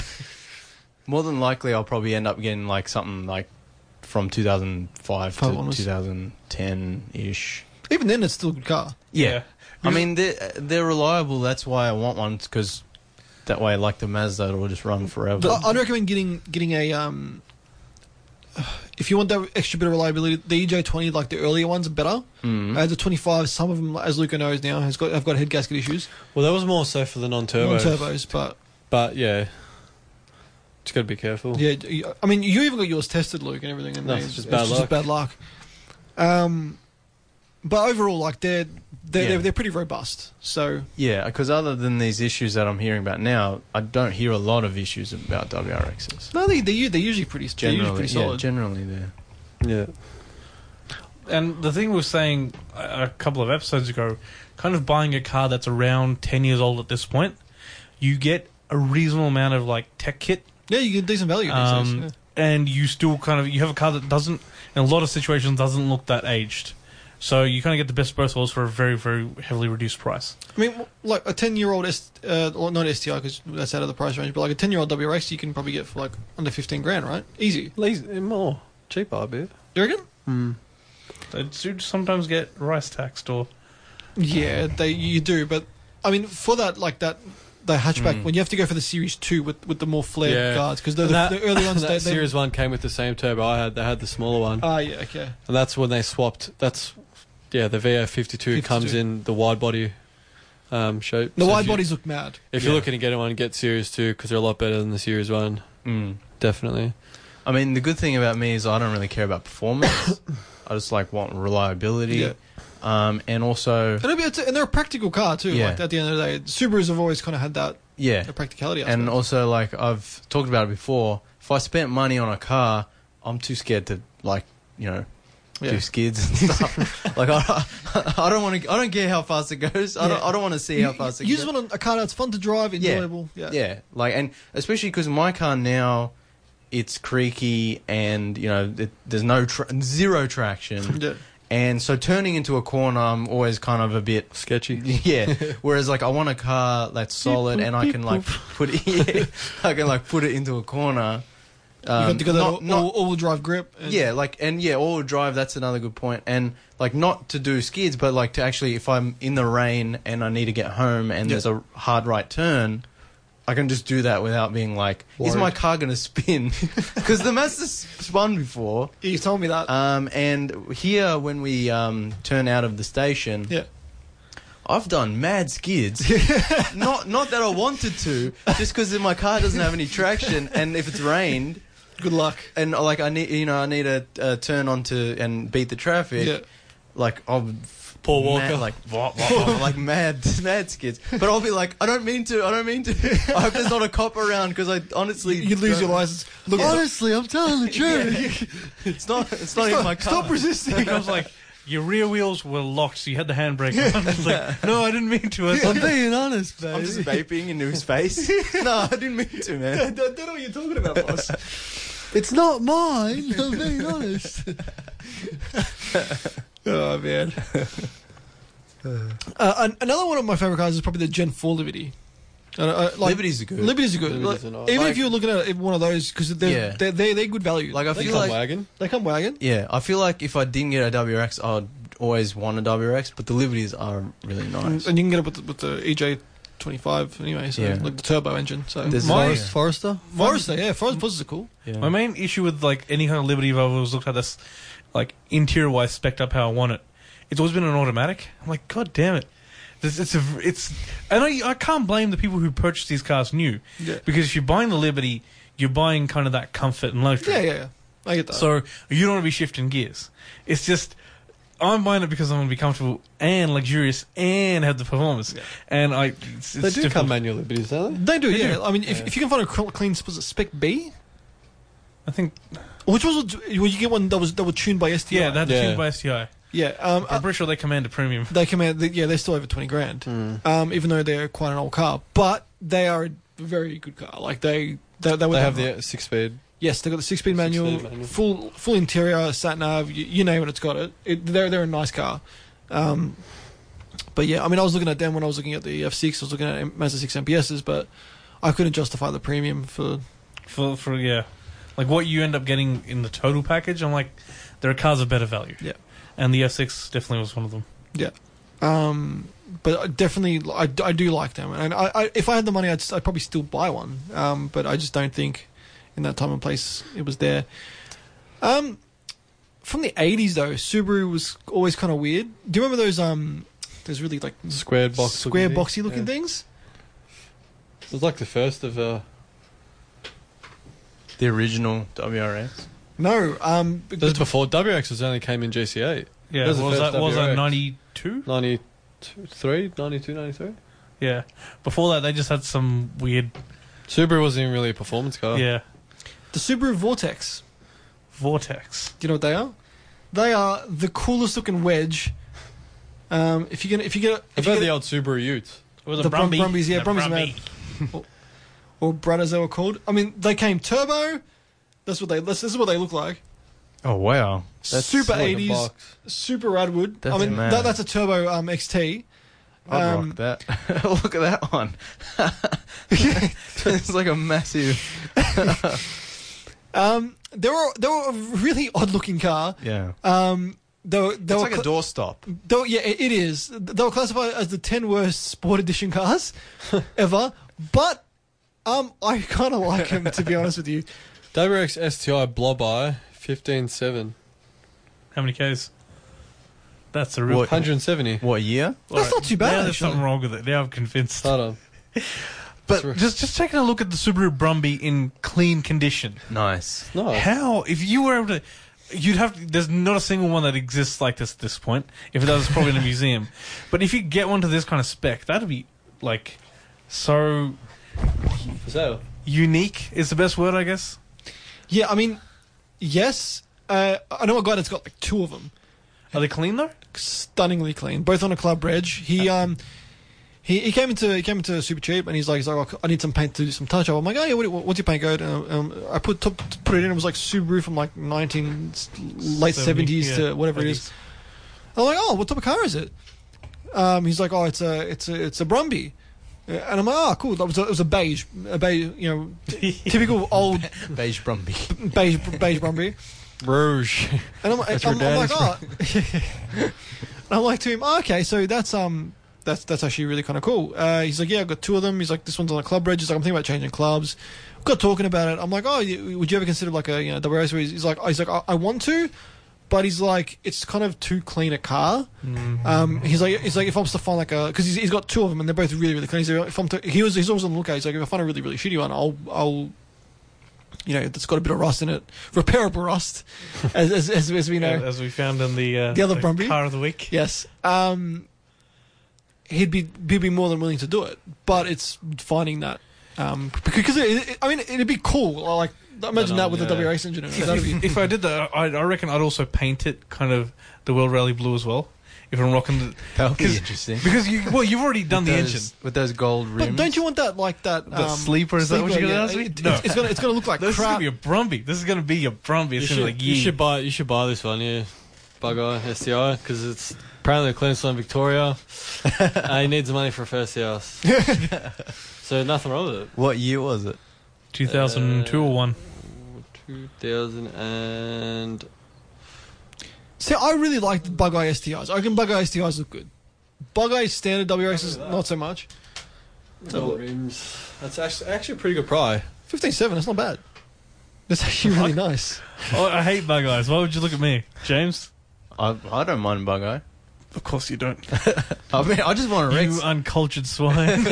Speaker 3: more than likely, I'll probably end up getting like something like from 2005
Speaker 1: Five
Speaker 3: to
Speaker 1: onwards.
Speaker 3: 2010 ish.
Speaker 1: Even then, it's still a good car.
Speaker 3: Yeah. I mean, they're, they're reliable. That's why I want one because that way, like the Mazda, it'll just run forever.
Speaker 1: I- I'd recommend getting getting a um, if you want that extra bit of reliability, the EJ20 like the earlier ones are better.
Speaker 3: Mm.
Speaker 1: Uh, the 25, some of them, as Luca knows now, has got have got head gasket issues,
Speaker 4: Well, that was more so for the non-turbo.
Speaker 1: non turbos. But
Speaker 4: But yeah, just got to be careful.
Speaker 1: yeah, you- I mean, you even got yours tested, Luke, and everything. And
Speaker 4: No,
Speaker 1: it's,
Speaker 4: it's just bad luck.
Speaker 1: bad luck. Um, but overall, like they're they're,
Speaker 3: Yeah.
Speaker 1: they're they're pretty robust. So
Speaker 3: Yeah, because other than these issues that I'm hearing about now, I don't hear a lot of issues about WRXs.
Speaker 1: no, they they they're usually pretty they're usually
Speaker 3: Generally,
Speaker 1: pretty
Speaker 3: yeah,
Speaker 1: solid.
Speaker 3: generally they're
Speaker 4: yeah.
Speaker 2: And the thing we were saying a a couple of episodes ago, kind of buying a car that's around ten years old at this point, you get a reasonable amount of like tech kit
Speaker 1: Yeah, you get decent value. these
Speaker 2: Um,
Speaker 1: days,
Speaker 2: and you still kind of you have a car that doesn't in a lot of situations doesn't look that aged so you kind of get the best of both worlds for a very very heavily reduced price
Speaker 1: I mean, like a ten-year-old S, uh, well, not STI because that's out of the price range, but like a ten-year-old WRX, you can probably get for like under fifteen grand, right? Easy.
Speaker 4: Lazy, more cheaper, I bet.
Speaker 1: You reckon?
Speaker 2: they do sometimes get rice taxed or
Speaker 1: Yeah, they you do, but I mean, for that like that the hatchback when you have to go for the Series Two with with the more flared
Speaker 4: Yeah.
Speaker 1: guards because the, the,
Speaker 4: That-
Speaker 1: the early ones
Speaker 4: that
Speaker 1: they, they
Speaker 4: series one came with the same turbo I had. They had the smaller one,
Speaker 1: Ah, yeah, okay.
Speaker 4: and that's when they swapped. That's yeah, the VO52 comes
Speaker 1: 52.
Speaker 4: in the wide body um, shape.
Speaker 1: The
Speaker 4: So if
Speaker 1: wide
Speaker 4: you-
Speaker 1: bodies look mad.
Speaker 4: If you're looking to get one, get Series two because they're a lot better than the Series one.
Speaker 3: Mm.
Speaker 4: Definitely.
Speaker 3: I mean, the good thing about me is I don't really care about performance. I just like want reliability,
Speaker 1: Yeah.
Speaker 3: um, and also
Speaker 1: And, it'll be, it's a- and they're a practical car too.
Speaker 3: Yeah.
Speaker 1: Like at the end of the day, Subarus have always kind of had that
Speaker 3: yeah,
Speaker 1: the practicality. Aspect.
Speaker 3: and also like I've talked about it before. If I spent money on a car, I'm too scared to like you know
Speaker 1: yeah.
Speaker 3: do skids and stuff. like I, I don't want to. I don't care how fast it goes. I don't.
Speaker 1: Yeah.
Speaker 3: I don't want to see
Speaker 1: you,
Speaker 3: how fast it
Speaker 1: you
Speaker 3: goes.
Speaker 1: just want a, a car that's fun to drive,
Speaker 3: Yeah.
Speaker 1: enjoyable. Yeah,
Speaker 3: yeah. like and especially because my car now it's creaky and you know it, there's no tra- zero traction
Speaker 1: Yeah.
Speaker 3: and so turning into a corner i'm always kind of a bit
Speaker 4: Sketchy.
Speaker 3: yeah whereas like i want a car that's solid
Speaker 1: boop,
Speaker 3: and i
Speaker 1: beep
Speaker 3: can like put it yeah, i can like put it into a corner
Speaker 1: you
Speaker 3: um,
Speaker 1: got to go that
Speaker 3: not-
Speaker 1: all,
Speaker 3: not-
Speaker 1: all, all-wheel drive grip. And,
Speaker 3: yeah, like and yeah, all drive. That's another good point. And like not to do skids, but like to actually, if I'm in the rain and I need to get home and
Speaker 1: Yeah.
Speaker 3: there's a hard right turn, I can just do that without being like, is
Speaker 1: Worried.
Speaker 3: my car going to spin? Because the Mazda's spun before.
Speaker 1: You told me that.
Speaker 3: Um, and here, when we um, turn out of the station,
Speaker 1: yeah.
Speaker 3: I've done mad skids. not not that I wanted to, just because my car doesn't have any traction, and if it's rained,
Speaker 1: Good luck.
Speaker 3: and like I need, you know, I need to uh, turn onto and beat the traffic.
Speaker 1: Yeah.
Speaker 3: Like I'll
Speaker 4: Paul
Speaker 3: mad, like vop, vop, vop, like mad mad skids. But I'll be like, I don't mean to. I don't mean to. I hope there's not a cop around because I honestly
Speaker 1: You lose your
Speaker 3: don't-
Speaker 1: license. Look, honestly, I'm telling the truth.
Speaker 3: It's not. It's not in my
Speaker 1: Stop,
Speaker 3: car.
Speaker 1: stop resisting.
Speaker 2: I was like, your rear wheels were locked, so you had the handbrake on. It's like, no, I didn't mean to. I
Speaker 1: I'm
Speaker 2: thought-
Speaker 1: being honest, baby.
Speaker 3: I'm just vaping into his face. no, I didn't mean to, man.
Speaker 1: I don't know what you're talking about, boss. it's not mine. I'm being honest. oh man. Uh, an- another one of my favorite cars is probably the Gen Four Liberty. Uh, uh, like,
Speaker 3: Liberty's are good.
Speaker 1: Liberties are good.
Speaker 4: Liberties
Speaker 1: Like,
Speaker 4: are nice.
Speaker 1: Even
Speaker 3: Like-
Speaker 1: if you're looking at it, one of those, because they're,
Speaker 3: Yeah.
Speaker 1: they're, they're they're good value.
Speaker 3: like I
Speaker 4: They
Speaker 3: feel
Speaker 4: come
Speaker 3: like
Speaker 4: wagon.
Speaker 1: they come wagon.
Speaker 3: yeah, I feel like if I didn't get a WRX, I'd always want a WRX. But the Liberties are really
Speaker 1: And
Speaker 3: nice.
Speaker 1: and you can get it with the, with the EJ twenty five anyway, so
Speaker 3: Yeah.
Speaker 1: like the turbo engine. So
Speaker 3: There's
Speaker 1: my
Speaker 3: those-
Speaker 1: Forest- Forester, Forester, yeah, Forest- Foresters are cool.
Speaker 3: Yeah.
Speaker 2: My main issue with like any kind of Liberty I've always looked at this, like interior wise, spec up how I want it. It's always been an automatic. I'm like, god damn it. This, it's a, it's, and I, I can't blame the people who purchase these cars new
Speaker 1: Yeah,
Speaker 2: because if you're buying the Liberty, you're buying kind of that comfort and luxury.
Speaker 1: yeah, yeah. yeah. I get that.
Speaker 2: So you don't want to be shifting gears. It's just I'm buying it because I want to be comfortable and luxurious and have the performance.
Speaker 1: Yeah.
Speaker 2: And I it's,
Speaker 4: They
Speaker 2: it's
Speaker 4: do
Speaker 2: difficult.
Speaker 4: come manual liberties, don't they?
Speaker 1: They do,
Speaker 2: They
Speaker 1: yeah.
Speaker 2: do.
Speaker 1: I mean, if,
Speaker 4: Yeah.
Speaker 1: if you can find a cl- clean, was it Spec B?
Speaker 2: I think
Speaker 1: Which was well, you get one that was that were tuned by STI.
Speaker 2: yeah, that's
Speaker 4: Yeah.
Speaker 2: tuned by STI.
Speaker 1: yeah. Um,
Speaker 2: I'm
Speaker 1: uh,
Speaker 2: pretty sure they command a premium.
Speaker 1: they come out. They, yeah, they're still over twenty grand. Um, even though they're quite an old car, but they are a very good car. Like they, they, they, would
Speaker 4: They have the six speed.
Speaker 1: yes, they have got the six-speed manual,
Speaker 4: Six-speed manual.
Speaker 1: full full interior, sat nav. You, you name it, it's got it. it. They're they're a nice car. Um, but yeah, I mean, I was looking at them when I was looking at the F6. I was looking at M- Mazda 6 MPSs, but I couldn't justify the premium for
Speaker 2: for for yeah, like what you end up getting in the total package. I'm like, there are cars of better value.
Speaker 1: Yeah.
Speaker 2: and the F6 definitely was one of them.
Speaker 1: Um, but I definitely, I, I do like them, and I, I if I had the money, I'd, I'd probably still buy one. Um, but I just don't think in that time and place it was there. Um, from the '80s though, Subaru was always kind of weird. Do you remember those um, those really like
Speaker 4: Squared box.
Speaker 1: square boxy looking
Speaker 4: thing.
Speaker 1: things?
Speaker 4: Yeah. It was like the first of uh
Speaker 3: The original WRX.
Speaker 1: No, um,
Speaker 4: This is before WXs only came in GCA.
Speaker 2: Yeah,
Speaker 4: That was
Speaker 2: was,
Speaker 4: the
Speaker 2: that
Speaker 4: first
Speaker 2: was that
Speaker 4: WRX.
Speaker 2: 92?
Speaker 4: 93, 92, 93?
Speaker 2: Yeah, before that they just had some weird
Speaker 4: Subaru wasn't even really a performance
Speaker 1: Oh.
Speaker 4: car.
Speaker 2: yeah
Speaker 1: the Subaru Vortex.
Speaker 2: vortex.
Speaker 1: Do you know what they are? They are the coolest looking wedge. Um, if you get if you get
Speaker 4: What
Speaker 1: if you
Speaker 4: about
Speaker 1: get
Speaker 4: the old Subaru Ute?
Speaker 2: It was
Speaker 1: The
Speaker 2: a
Speaker 1: Brum-
Speaker 2: Brumby.
Speaker 1: Brumbies, yeah,
Speaker 2: The
Speaker 1: Brumbies are
Speaker 2: Brumby.
Speaker 1: or Brad as they were called. I mean, they came turbo. That's what they. This, this is what they look like.
Speaker 3: Oh wow.
Speaker 1: super
Speaker 4: Like a
Speaker 1: eighties,
Speaker 4: box.
Speaker 1: super Radwood. I
Speaker 3: That's
Speaker 1: mean,
Speaker 3: mad.
Speaker 1: that, that's a turbo um, XT.
Speaker 3: I'd
Speaker 1: Um,
Speaker 3: rock that. Look at that one. it's like a massive.
Speaker 1: Um, they were they were a really odd looking car.
Speaker 3: Yeah.
Speaker 1: Um, they were, they
Speaker 3: It's
Speaker 1: were
Speaker 3: like a
Speaker 1: cla-
Speaker 3: doorstop.
Speaker 1: they were- yeah, it it is. They were classified as the ten worst sport edition cars ever. But um, I kind of like them to be honest with you.
Speaker 4: WX STI Blob Eye, 15.7.
Speaker 2: How many Ks? That's a real.
Speaker 3: What?
Speaker 4: 170.
Speaker 3: What year?
Speaker 1: That's not too bad.
Speaker 2: Now there's
Speaker 1: actually.
Speaker 2: something wrong with it. Now I'm convinced.
Speaker 4: Hold on.
Speaker 2: But
Speaker 4: Sure.
Speaker 2: just just taking a look at the Subaru Brumby in clean condition.
Speaker 3: Nice.
Speaker 1: Oh.
Speaker 4: No.
Speaker 2: How if you were able to, you'd have. To, there's not a single one that exists like this at this point. If it does, it's probably in a museum. But if you get one to this kind of spec, that'd be like so
Speaker 4: For sale.
Speaker 2: unique. Is the best word, I guess.
Speaker 1: Yeah, I mean, yes. Uh, I know a guy that's got like two of them,
Speaker 2: Are they clean though?
Speaker 1: stunningly clean, both on a club reg. He um, he, he came into he came into super cheap, and he's like, he's like, "Oh, I need some paint to do some touch up. I'm like, oh yeah, what, what- what's your paint code? And, um, I put top, put it in. It was like Subaru from like 19 s- late 70s to whatever it is. I'm like, oh, what type of car is it? Um, he's like, oh, it's a, it's a, it's a Brumby. Uh, And I'm like, oh, cool. That was a, it was a beige, a beige, you know, typical old
Speaker 3: Beige Brumby.
Speaker 1: beige, beige Brumby.
Speaker 4: Rouge.
Speaker 1: And I'm, I'm,
Speaker 4: where
Speaker 1: I'm like, "Ah."
Speaker 4: Dad's
Speaker 1: oh. and I'm like to him, oh, okay, so "Ah, that's um, that's that's actually really kind of cool. Uh, he's like, yeah, I've got two of them. He's like, this one's on a club reg. He's like, I'm thinking about changing clubs. We got talking about it. I'm like, oh, you, would you ever consider like a you know WRS? Where he's, he's like, oh, he's like, I, I want to, but he's like, it's kind of too clean a car.
Speaker 2: Mm-hmm.
Speaker 1: Um, he's like, he's like, if I'm to find like a, because he's, he's got two of them and they're both really really clean. He's like, if I'm to, he was he's always on the lookout. He's like, if I find a really really shitty one, I'll I'll, you know, that's got a bit of rust in it, repairable rust, as as, as, as we know.
Speaker 2: Yeah, as we found in the uh,
Speaker 1: The other Brumby?
Speaker 2: car of the week.
Speaker 1: Yes. Um, he'd be he'd be more than willing to do it, but it's finding that um, because it, it- I mean it'd be cool. Like imagine
Speaker 4: No,
Speaker 1: that with a
Speaker 4: yeah.
Speaker 1: WRS engine. in it. That'd be
Speaker 2: if, if I did that, I, I reckon I'd also paint it kind of the World Rally Blue as well. If I'm rocking the
Speaker 3: That would be
Speaker 2: 'Cause-
Speaker 3: interesting.
Speaker 2: because you well you've already done
Speaker 3: With
Speaker 2: the
Speaker 3: those-
Speaker 2: engine.
Speaker 3: with those gold rims.
Speaker 1: But don't you want that like that?
Speaker 2: The sleeper, is that what you're gonna ask me?
Speaker 1: Um, It,
Speaker 2: No.
Speaker 1: it's, it's gonna it's gonna look like
Speaker 2: This is gonna
Speaker 1: crap.
Speaker 2: be a Brumby. This is gonna be your Brumby.
Speaker 4: You
Speaker 2: It's
Speaker 4: should,
Speaker 2: gonna be like
Speaker 4: you
Speaker 2: yeah.
Speaker 4: should buy you should buy this one, yeah. Bug Eye STI because it's apparently the cleanest one in Victoria. and he needs the money for a first house, so nothing wrong with it.
Speaker 3: What year was it?
Speaker 2: 2002 or oh one.
Speaker 4: 2000 and
Speaker 1: See, I really like Bug Eye STIs. I reckon Bug Eye STIs look good. Bug Eye standard WRSs not so much.
Speaker 4: Double rims. That's actually, actually a pretty good pry.
Speaker 1: Fifteen seven. That's not bad. That's actually really nice.
Speaker 2: Oh, I hate bug eyes. Why would you look at me, James?
Speaker 3: I, I don't mind bug eye.
Speaker 2: Of course you don't.
Speaker 3: I mean, I just want a Rex.
Speaker 2: You uncultured swine.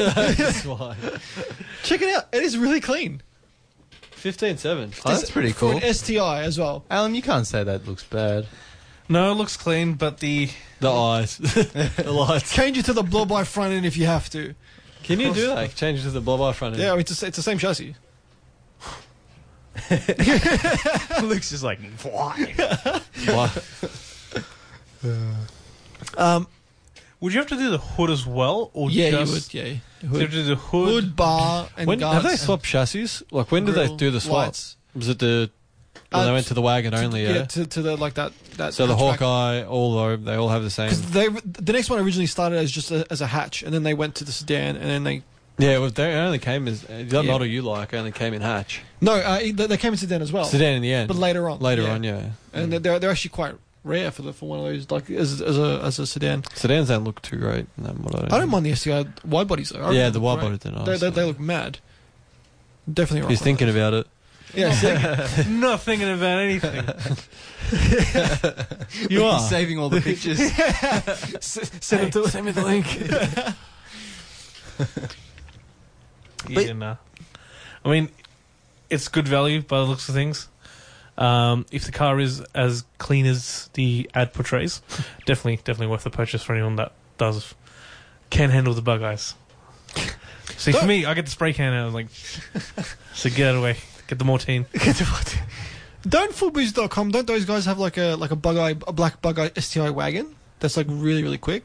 Speaker 1: Check it out. It is really clean.
Speaker 4: 15 7.
Speaker 3: Oh, that's pretty
Speaker 1: For
Speaker 3: cool.
Speaker 1: an STI as well.
Speaker 3: Alan, you can't say that looks bad.
Speaker 2: no, it looks clean, but the
Speaker 4: The eyes. the lights.
Speaker 1: Change it to the blow by front end if you have to.
Speaker 4: Can you do that? Change it to the blob eye front end.
Speaker 1: Yeah, it's, the- it's the same chassis.
Speaker 2: Luke's just like why?
Speaker 4: Why-
Speaker 1: Um,
Speaker 2: Would you have to do the hood as well, or
Speaker 1: yeah, you
Speaker 2: just
Speaker 1: would. Yeah,
Speaker 2: you
Speaker 1: hood,
Speaker 2: have to do the hood?
Speaker 1: hood bar and
Speaker 4: When,
Speaker 1: guards.
Speaker 4: have they swapped chassis? Like, when did they
Speaker 1: grill,
Speaker 4: do the swap?
Speaker 1: lights.
Speaker 4: Was it the. When
Speaker 1: Uh,
Speaker 4: they went to the wagon only,
Speaker 1: yeah,
Speaker 4: yeah?
Speaker 1: to, to the like that. that
Speaker 4: so the Hawkeye, all are, they all have the same.
Speaker 1: Because they the next one originally started as just a, as a hatch, and then they went to the sedan, and then they
Speaker 4: Yeah, well, they only came as. uh, That
Speaker 1: Yeah.
Speaker 4: model you like only came in hatch.
Speaker 1: no, uh, they, they came in sedan as well,
Speaker 4: Sedan in the end.
Speaker 1: but later on,
Speaker 4: Later on, yeah. Mm.
Speaker 1: and they're- they're they're actually quite rare for the for one of those like as as a as a sedan.
Speaker 4: Sedans don't look too great in that model.
Speaker 1: I don't mind the STI wide bodies though. I
Speaker 4: Yeah,
Speaker 1: reckon
Speaker 4: the
Speaker 1: they
Speaker 4: wide
Speaker 1: look great.
Speaker 4: bodies are nice.
Speaker 1: They, they, they look mad. Definitely. rock
Speaker 4: He's
Speaker 1: on
Speaker 4: thinking
Speaker 1: those.
Speaker 4: about it.
Speaker 1: Yeah,
Speaker 2: Not thinking about anything.
Speaker 3: You are saving all the pictures.
Speaker 1: send it to send me the link.
Speaker 2: yeah, nah. uh, I mean, it's good value by the looks of things. Um, if the car is as clean as the ad portrays, definitely, definitely worth the purchase for anyone that does can handle the bug eyes. See, for me, I get the spray can and I'm like, so get out of the way, get the Mortine.
Speaker 1: Don't fullbooze.com, don't those guys have like a like a bug eye a black bug eye STI wagon? That's like really, really quick.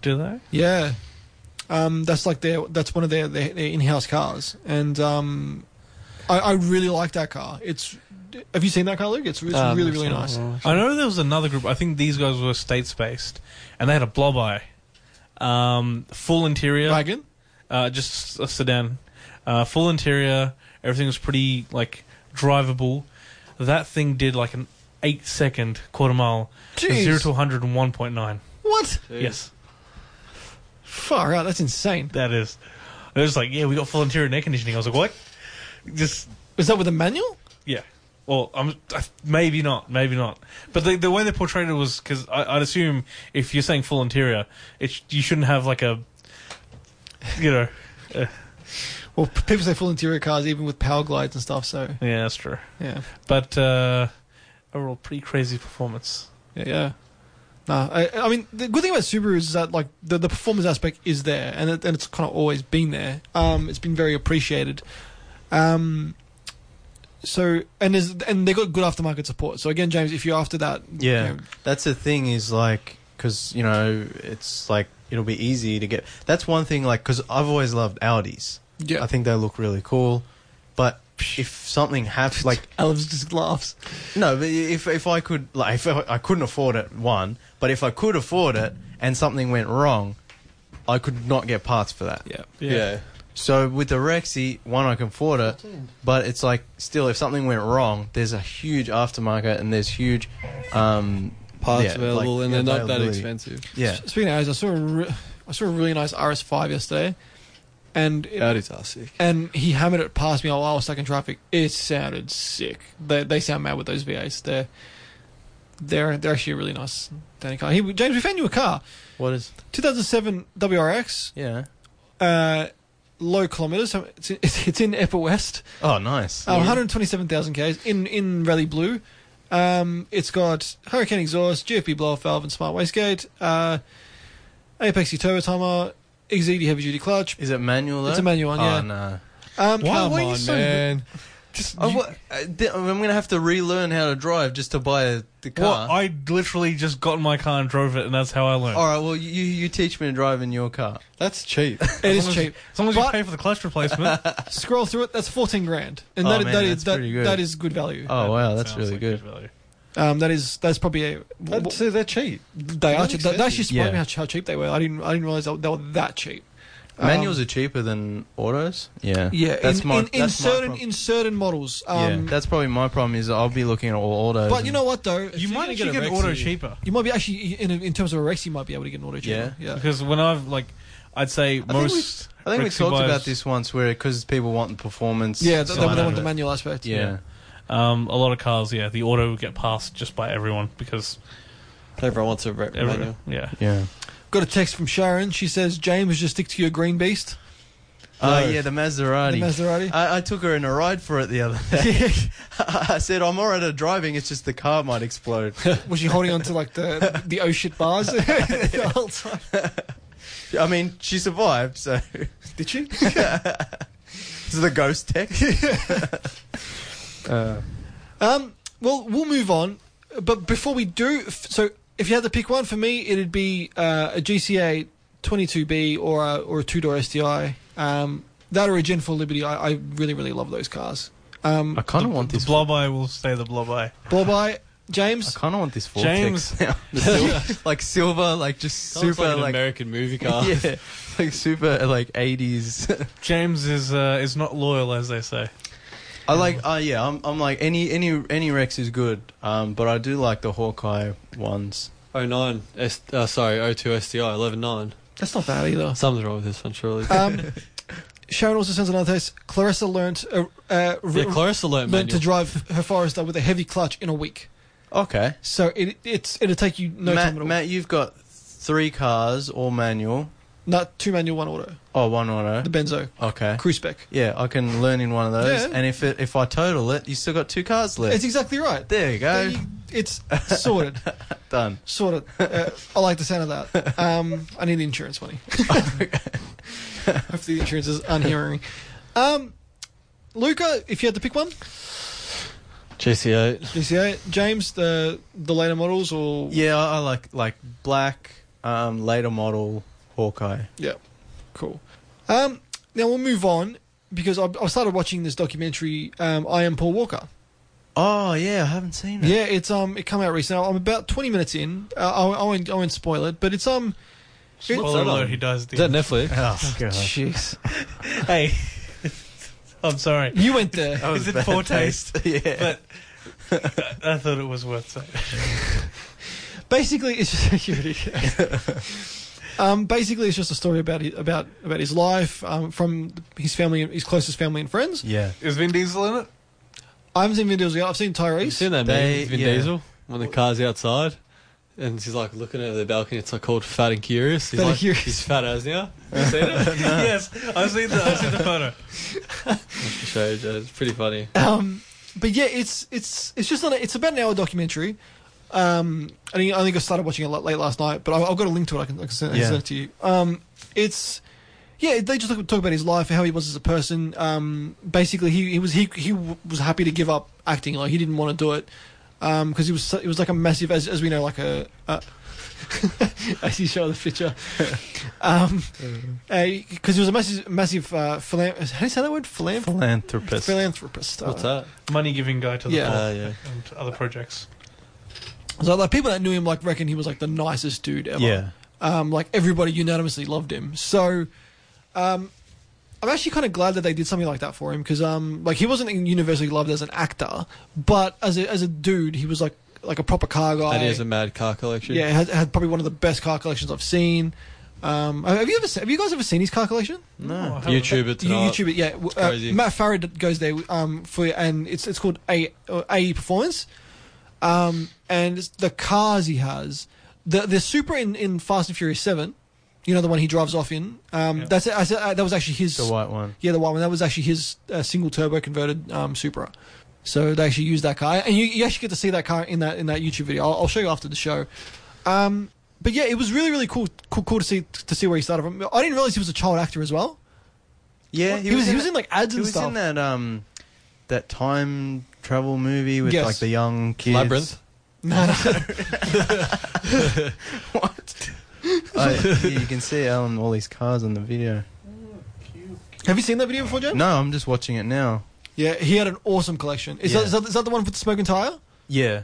Speaker 2: Do they?
Speaker 1: Yeah. Um, that's like their that's one of their, their, their in house cars. And um I, I really like that car. It's have you seen that car, Luke? It's, it's
Speaker 4: Um,
Speaker 1: really, really
Speaker 4: so-
Speaker 1: nice.
Speaker 2: I know there was another group. I think these guys were states based, and they had a blob eye, um, full interior.
Speaker 1: Wagon?
Speaker 2: Uh, just a sedan. Uh, full interior. Everything was pretty like drivable. That thing did like an eight second quarter mile,
Speaker 1: Jeez.
Speaker 2: zero to one hundred and one point nine.
Speaker 1: What?
Speaker 2: Yes,
Speaker 1: Far out, that's insane.
Speaker 2: that is. It was like, yeah, we got full interior and air conditioning. I was like, what? Just
Speaker 1: Is that with a manual?
Speaker 2: yeah. Well, I'm I, maybe not, maybe not. But the the way they portrayed it was because I'd assume if you're saying full interior, it sh- you shouldn't have like a, you know,
Speaker 1: Well p- people say full interior cars even with power glides and stuff, so
Speaker 2: yeah, that's true.
Speaker 1: yeah.
Speaker 2: But uh, overall, pretty crazy performance.
Speaker 1: Yeah, yeah. Nah, I, I mean, the good thing about Subaru is that like the, the performance aspect is there, and it, and it's kind of always been there. Um, it's been very appreciated. Um, so and there's and they got good aftermarket support. So again, James, if you're after that,
Speaker 3: Yeah.
Speaker 1: you know,
Speaker 3: That's the thing is like, because, you know, it's like, it'll be easy to get. That's one thing, like, because I've always loved Audis.
Speaker 1: yeah.
Speaker 3: I think they look really cool. But if something happens, like,
Speaker 1: Alex just laughs.
Speaker 3: no, but if, if I could, like, if I, I couldn't afford it, one, but if I could afford it and something went wrong, I could not get parts for that.
Speaker 1: Yeah,
Speaker 4: Yeah.
Speaker 3: So with the Rexy, one I can afford it, but it's like still, if something went wrong, there's a huge aftermarket and there's huge um,
Speaker 4: Parts
Speaker 3: yeah,
Speaker 4: available
Speaker 3: like,
Speaker 4: and they're not that
Speaker 3: availability.
Speaker 4: expensive.
Speaker 3: Yeah,
Speaker 1: S- Speaking of Audis, I saw a re- I saw a really nice RS5 yesterday, and it,
Speaker 4: Audis are sick.
Speaker 1: and he hammered it past me while I was stuck in traffic. It sounded sick. They they sound mad with those V8s. They're they're they're actually a really nice sounding car. He, James, we found you a car.
Speaker 3: What is?
Speaker 1: 2007 WRX,
Speaker 3: Yeah.
Speaker 1: uh, low kilometers. So It's in, it's in Epper West.
Speaker 3: Oh, nice.
Speaker 1: Uh, 127,000 k's in in rally blue. Um, it's got hurricane exhaust, GFP blow-off valve, and smart wastegate. Uh, Apexy turbo timer, XED heavy duty clutch.
Speaker 3: Is it manual? Though?
Speaker 1: It's a manual one,
Speaker 3: Oh,
Speaker 1: yeah.
Speaker 3: no.
Speaker 1: Um,
Speaker 2: Why-
Speaker 1: come
Speaker 2: why are you
Speaker 1: on,
Speaker 2: so-
Speaker 1: man.
Speaker 2: Just
Speaker 3: Oh,
Speaker 2: you-
Speaker 3: what- I di- I'm going to have to relearn how to drive just to buy a, the car.
Speaker 2: Well, I literally just got in my car and drove it, and that's how I learned.
Speaker 3: All right. Well, you you teach me to drive in your car.
Speaker 4: That's
Speaker 1: It
Speaker 4: cheap.
Speaker 2: As
Speaker 1: is
Speaker 2: long as-
Speaker 1: cheap.
Speaker 2: As long as you
Speaker 1: But-
Speaker 2: pay for the clutch replacement.
Speaker 1: Scroll through it. That's 14 grand, and
Speaker 3: Oh,
Speaker 1: that,
Speaker 3: man,
Speaker 1: that is
Speaker 3: that's
Speaker 1: that,
Speaker 3: pretty good.
Speaker 1: that is good value.
Speaker 3: Oh wow, that's
Speaker 2: Sounds
Speaker 3: really
Speaker 2: like
Speaker 3: good.
Speaker 2: value.
Speaker 1: Um, that is that's probably a.
Speaker 4: That's, they're cheap.
Speaker 1: they are.
Speaker 4: not
Speaker 1: cheap. That, that actually
Speaker 3: expensive.
Speaker 1: surprised me
Speaker 3: Yeah.
Speaker 1: how, how cheap they were. I didn't I didn't realize they were, they were that cheap. Um,
Speaker 3: Manuals are cheaper than autos. Yeah.
Speaker 1: yeah,
Speaker 3: That's
Speaker 1: in,
Speaker 3: my
Speaker 1: in, in
Speaker 3: that's my
Speaker 1: certain
Speaker 3: prob-
Speaker 1: in certain models. Um,
Speaker 3: yeah, that's probably my problem. Is I'll be looking at all autos.
Speaker 1: but
Speaker 3: and-
Speaker 1: you know what though,
Speaker 2: You
Speaker 4: you're
Speaker 2: might
Speaker 4: gonna get
Speaker 2: actually get an
Speaker 4: a Rexy-
Speaker 2: auto cheaper
Speaker 1: You might be actually in, in terms of a race, you might be able to get an auto cheaper. Yeah,
Speaker 2: because when I've like, I'd say
Speaker 3: we-
Speaker 2: most.
Speaker 3: I think we
Speaker 2: Rexy
Speaker 3: talked
Speaker 2: buys-
Speaker 3: about this once, where because people want the performance.
Speaker 1: yeah. They,
Speaker 3: side
Speaker 1: they, they
Speaker 3: of
Speaker 1: want the
Speaker 3: it.
Speaker 1: manual aspect.
Speaker 3: Yeah.
Speaker 2: Um, a lot of cars, yeah, the auto would get passed just by everyone because
Speaker 4: Everyone wants a rep
Speaker 2: everyone,
Speaker 4: manual.
Speaker 2: yeah.
Speaker 3: Yeah.
Speaker 1: Got a text from Sharon. She says, "James, just stick to your green beast,
Speaker 3: Oh
Speaker 4: No.
Speaker 3: yeah, the
Speaker 1: the
Speaker 3: Maserati.
Speaker 1: Maserati."
Speaker 3: I, I took her in a ride for it the other day. I said, I'm alright at driving, it's just the car might explode.
Speaker 1: Was she holding on to like the the oh shit bars the whole time?
Speaker 3: I mean, she survived, so.
Speaker 1: Did she?
Speaker 3: This is the ghost tech.
Speaker 1: Um, well, we'll move on. But before we do, f- so if you had to pick one for me, it'd be uh, a GCA 22B or a, or a two door STI. Um, that or a Gen 4 Liberty. I, I really, really love those cars. Um,
Speaker 3: I kind of want
Speaker 2: The
Speaker 3: this.
Speaker 2: blob eye will stay the blob eye.
Speaker 1: Blob Eye,
Speaker 3: I
Speaker 1: James.
Speaker 3: kind of want this Vortex.
Speaker 2: James-
Speaker 3: now. The sil- like silver, like just
Speaker 4: Sounds
Speaker 3: super,
Speaker 4: like an
Speaker 3: like,
Speaker 4: American movie car.
Speaker 3: yeah, like super, like eighties.
Speaker 2: James is uh, is not loyal, as they say.
Speaker 3: I like, uh, yeah, I'm, I'm like any, any, any Rex is good, um, but I do like the Hawkeye ones.
Speaker 4: 09, S, uh, sorry, 02 STI, 11 9.
Speaker 1: That's not bad either.
Speaker 4: Something's wrong with this one, surely.
Speaker 1: Um, Sharon also sends another text. Clarissa learnt, uh, uh, re-
Speaker 4: yeah, Clarissa learnt
Speaker 1: learnt to
Speaker 4: manual.
Speaker 1: drive her Forester with a heavy clutch in a week.
Speaker 3: Okay,
Speaker 1: So it it's it'll take you no
Speaker 3: Matt,
Speaker 1: time at all.
Speaker 3: Matt, you've got three cars, all manual.
Speaker 1: Not two manual, one auto.
Speaker 3: Oh, one auto.
Speaker 1: The Benzo
Speaker 3: Okay.
Speaker 1: crew spec.
Speaker 3: Yeah, I can learn in one of those,
Speaker 1: Yeah.
Speaker 3: and if it, if I total it, you still got two cars left.
Speaker 1: It's exactly right.
Speaker 3: there you go,
Speaker 1: There you- It's sorted.
Speaker 3: done.
Speaker 1: sorted. Uh, I like the sound of that. Um, I need insurance money. Hopefully, the insurance is unhearing. Um, Luca, if you had to pick one,
Speaker 4: GC8.
Speaker 1: GCA, James, the the later models, or
Speaker 3: Yeah, I I like like black, um, later model Hawkeye.
Speaker 1: Cool. Um, now we'll move on because I've, I've started watching this documentary. Um, I am Paul Walker.
Speaker 3: Oh yeah, I haven't seen it.
Speaker 1: Yeah, it's um, it come out recently. I'm about 20 minutes in. Uh, I, I won't I won't spoil it, but it's um, It's-
Speaker 2: Spoiler alert, he dies at
Speaker 4: Is
Speaker 2: the end.
Speaker 4: that Netflix?
Speaker 3: Oh, God.
Speaker 1: jeez,
Speaker 2: Hey, I'm sorry.
Speaker 1: you went there.
Speaker 3: That was
Speaker 2: Is it
Speaker 3: bad
Speaker 2: poor taste?
Speaker 3: yeah.
Speaker 2: But I, I thought it was worth saying.
Speaker 1: basically it's just you're an idiot. um, basically it's just a story about his, about about his life um, from his family his closest family and friends
Speaker 3: yeah.
Speaker 2: Is Vin Diesel in it?
Speaker 1: I haven't seen videos yet I've seen
Speaker 4: You
Speaker 1: Tyrese
Speaker 4: seen that
Speaker 3: They-
Speaker 4: meme with Vin
Speaker 3: yeah.
Speaker 4: Diesel when the car's outside and she's like looking over the balcony. It's like called Fat and Curious. He's
Speaker 1: Fat and
Speaker 4: like,
Speaker 1: Curious.
Speaker 4: He's fat as now. You seen it?
Speaker 2: Yes, I've seen the I've seen the photo.
Speaker 4: Show you, Jad, It's pretty funny.
Speaker 1: um, but yeah it's it's it's just not a, it's about an hour documentary um, I think I think I started watching it la- late last night but I, I've got a link to it I can, I can send, I can
Speaker 3: Yeah.
Speaker 1: send it to you um, it's yeah, they just talk about his life, how he was as a person. Um, basically, he, he was he he was happy to give up acting, like he didn't want to do it because he was so- it was like a massive, as, as we know, like a. a as you show the picture, um, because he was a massive, massive uh, philan- how do you say that word? Philanthropist.
Speaker 3: Philanthropist.
Speaker 1: Philanthropist. uh,
Speaker 4: What's that?
Speaker 2: Money giving guy to the
Speaker 1: Yeah.
Speaker 2: yeah.
Speaker 4: Uh, yeah.
Speaker 2: and other projects.
Speaker 1: So like people that knew him like reckon he was like the nicest dude ever.
Speaker 3: yeah.
Speaker 1: um, like everybody unanimously loved him. So, um, I'm actually kind of glad that they did something like that for him because, um, like he wasn't universally loved as an actor, but as a as a dude, he was like like a proper car guy.
Speaker 4: And he has a mad car collection.
Speaker 1: yeah, had, had probably one of the best car collections I've seen. Um, have you ever se- have you guys ever seen his car collection?
Speaker 2: Oh, I
Speaker 3: No.
Speaker 2: haven't-
Speaker 4: YouTube it
Speaker 1: You-
Speaker 4: tonight.
Speaker 1: YouTube it, yeah. W- Uh,
Speaker 4: crazy.
Speaker 1: Matt Farad goes there um, for and it's it's called A or AE Performance, um, and it's the cars he has, the the Supra in, in Fast and Furious Seven, you know the one he drives off in. Um,
Speaker 2: Yeah.
Speaker 1: That's it. I said, uh, that was actually his.
Speaker 3: The white one.
Speaker 1: Yeah, the white one. That was actually his uh, single turbo converted um, Supra. So they actually used that car, and you, you actually get to see that car in that in that YouTube video. I'll, I'll show you after the show. Um, but yeah, it was really really cool, cool cool to see to see where he started from. I didn't realize he was a child actor as well.
Speaker 3: Yeah,
Speaker 1: he, was, he was in like ads
Speaker 3: He
Speaker 1: and
Speaker 3: was
Speaker 1: stuff.
Speaker 3: in that um, that time travel movie with
Speaker 1: Yes.
Speaker 3: like the young kids.
Speaker 4: Labyrinth.
Speaker 1: No, no.
Speaker 3: what? I, yeah, you can see Alan all these cars on the video.
Speaker 1: Have you seen that video before, Jen?
Speaker 3: No, I'm just watching it now.
Speaker 1: Yeah, he had an awesome collection. Is,
Speaker 3: Yeah.
Speaker 1: that, is, that, is that the one with the smoking tire?
Speaker 3: Yeah,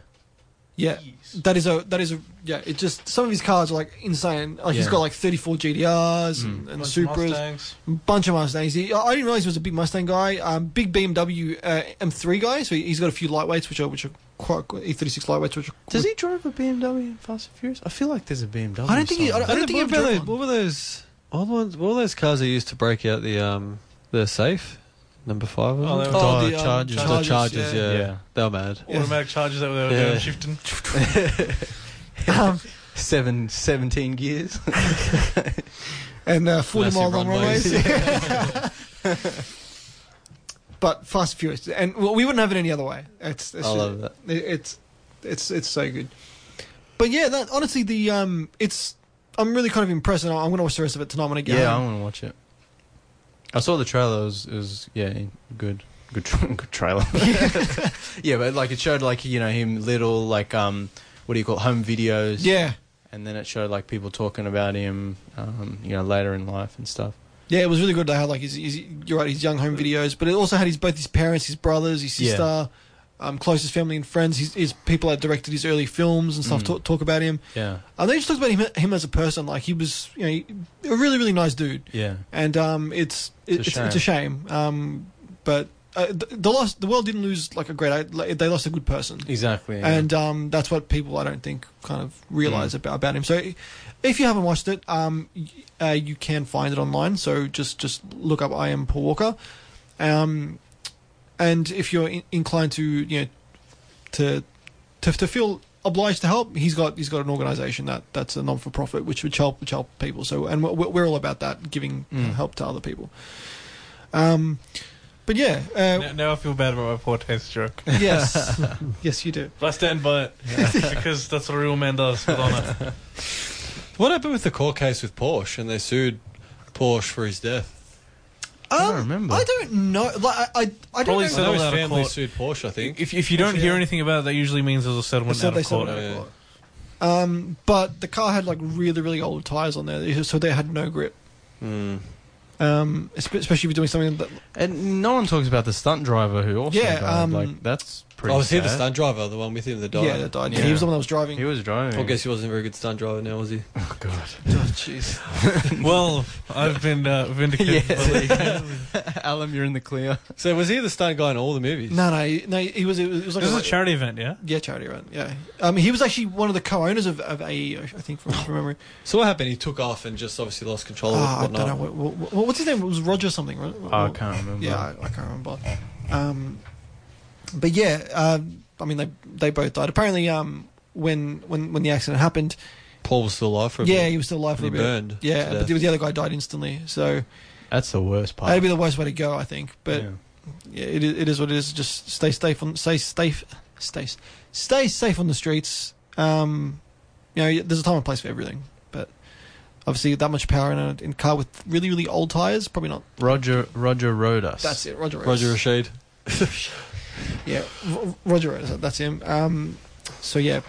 Speaker 1: Yeah, that is a that is a yeah. It just some of his cars are like insane. Like he's
Speaker 3: Yeah.
Speaker 1: got like 34 GDRs and, and
Speaker 2: Bunch of
Speaker 1: Supras.
Speaker 2: Mustangs.
Speaker 1: bunch of Mustangs. He, I didn't realize he was a big Mustang guy. Um, big BMW uh, M3 guy. So he's got a few lightweights, which are which are quite E36 lightweights. Which are,
Speaker 3: does he drive a BMW in Fast and Furious? I feel like there's a BMW.
Speaker 1: I don't think he- I
Speaker 3: somewhere.
Speaker 1: don't think
Speaker 4: what,
Speaker 1: I've
Speaker 4: about
Speaker 1: driven
Speaker 4: those, what were those old ones? What were those cars that used to break out the um the safe? Number five.
Speaker 2: Oh, they
Speaker 4: Was
Speaker 2: were-
Speaker 3: Oh,
Speaker 1: um,
Speaker 3: the Chargers.
Speaker 4: The Chargers, yeah.
Speaker 3: Yeah.
Speaker 4: They were mad.
Speaker 1: Yeah.
Speaker 2: Automatic charges that were
Speaker 4: Yeah.
Speaker 2: doing shifting.
Speaker 1: Um,
Speaker 3: Seven, 17 gears.
Speaker 1: and uh, 40
Speaker 4: Massive
Speaker 1: mile long
Speaker 4: runways.
Speaker 1: runways. but Fast and Furious, and well, we wouldn't have it any other way. It's, it's
Speaker 4: I love that.
Speaker 1: It, it's it's it's so good. But yeah, that honestly, the um, it's I'm really kind of impressed, and I'm going to watch the rest of it tonight when I get
Speaker 3: yeah, I
Speaker 1: home.
Speaker 3: want to watch it. I saw the trailer. It was, it was yeah, good, good, tra- good trailer. yeah, but like it showed like you know him little like um, what do you call it, home videos?
Speaker 1: yeah,
Speaker 3: and then it showed like people talking about him, um, you know, later in life and stuff.
Speaker 1: yeah, it was really good. They had like his, his you're right, his young home videos, but it also had his both his parents, his brothers, his
Speaker 3: Yeah.
Speaker 1: sister, um, closest family and friends, his, his people that directed his early films and stuff
Speaker 3: Mm.
Speaker 1: talk, talk about him.
Speaker 3: Yeah,
Speaker 1: And they just talked about him, him as a person. Like he was, you know, he- a really really nice dude.
Speaker 3: yeah,
Speaker 1: and um, it's it,
Speaker 3: It's
Speaker 1: it's,
Speaker 3: a
Speaker 1: it's a shame. Um, but uh, the, the loss, the world didn't lose like a great. act- like, They lost a good person,
Speaker 3: exactly.
Speaker 1: and um, that's what people I don't think kind of realize about about him. So, if you haven't watched it, um, y- uh, you can find it online. So just just look up I am Paul Walker, um, and if you're in- inclined to you know to to to feel obliged to help he's got he's got an organization that that's a non-for-profit which which help which help people so and we're, we're all about that giving uh,
Speaker 3: Mm.
Speaker 1: help to other people um but yeah
Speaker 2: Now,
Speaker 1: uh,
Speaker 2: now I feel bad about my poor taste joke.
Speaker 1: yes yes you do
Speaker 2: But I stand by it because that's what a real man does with honor.
Speaker 4: What happened with the court case with Porsche and they sued Porsche for his death?
Speaker 3: I don't remember.
Speaker 1: Um, i don't know like i i, I don't
Speaker 2: Probably
Speaker 1: know
Speaker 2: so-
Speaker 4: I know
Speaker 2: Settled
Speaker 4: his
Speaker 2: out of
Speaker 4: family
Speaker 2: court.
Speaker 4: sued Porsche, I think.
Speaker 2: If, if you don't hear anything about it, that usually means there's a settlement
Speaker 1: So
Speaker 2: out
Speaker 1: they
Speaker 2: of
Speaker 1: settled
Speaker 2: court.
Speaker 1: out of
Speaker 4: Yeah.
Speaker 1: court. um but the car had like really really old tires on there so they had no grip
Speaker 4: Mm.
Speaker 1: um espe- especially if you're doing something that
Speaker 3: and no one talks about the stunt driver who also
Speaker 1: Yeah,
Speaker 3: died.
Speaker 1: um,
Speaker 3: like that's pretty.
Speaker 4: Oh, was he the
Speaker 3: sad.
Speaker 4: stunt driver, the one with him that died?
Speaker 1: yeah that died yeah.
Speaker 3: Yeah.
Speaker 1: he was the one that was driving
Speaker 3: He was driving.
Speaker 4: I guess he wasn't a very good stunt driver now, was he?
Speaker 3: Oh, God.
Speaker 1: jeez
Speaker 2: Well, I've been uh, vindicated. by the-
Speaker 3: Alan, you're in the clear.
Speaker 4: So was he the stunt guy in all the movies?
Speaker 1: no no he- no he was it was, it was like
Speaker 2: This is
Speaker 1: a-
Speaker 2: a charity event, yeah?
Speaker 1: Yeah, charity run. Yeah, um, he was actually one of the co-owners of, of AE, I think, from, from memory.
Speaker 4: So what happened? He took off and just obviously lost control of it.
Speaker 1: Ah, I
Speaker 4: Oh, whatnot.
Speaker 1: don't know what, what, what- what's his name. It was Roger something, right?
Speaker 3: Oh, I can't remember.
Speaker 1: Yeah, I, I can't remember. Um, but yeah, um, I mean, they they both died. Apparently, um, when when when the accident happened,
Speaker 4: Paul was still alive for a
Speaker 1: yeah,
Speaker 4: bit.
Speaker 1: he was still alive for
Speaker 4: He
Speaker 1: a bit.
Speaker 4: burned
Speaker 1: Yeah,
Speaker 4: to
Speaker 1: but
Speaker 4: death.
Speaker 1: the, the other guy died instantly. So
Speaker 3: That's the worst part.
Speaker 1: that'd be the worst way to go, I think. But
Speaker 3: Yeah.
Speaker 1: yeah, it, i- it is what it is. Just stay safe on stay safe stay stay safe on the streets. Um, you know, there's a time and place for everything, but obviously that much power in a in a car with really really old tires, probably not.
Speaker 3: Roger Roger rode us.
Speaker 1: That's it, Roger. Rhodes.
Speaker 4: Roger Rashid.
Speaker 1: yeah, Ro- Roger. Rhodes, that's him. Um, so yeah.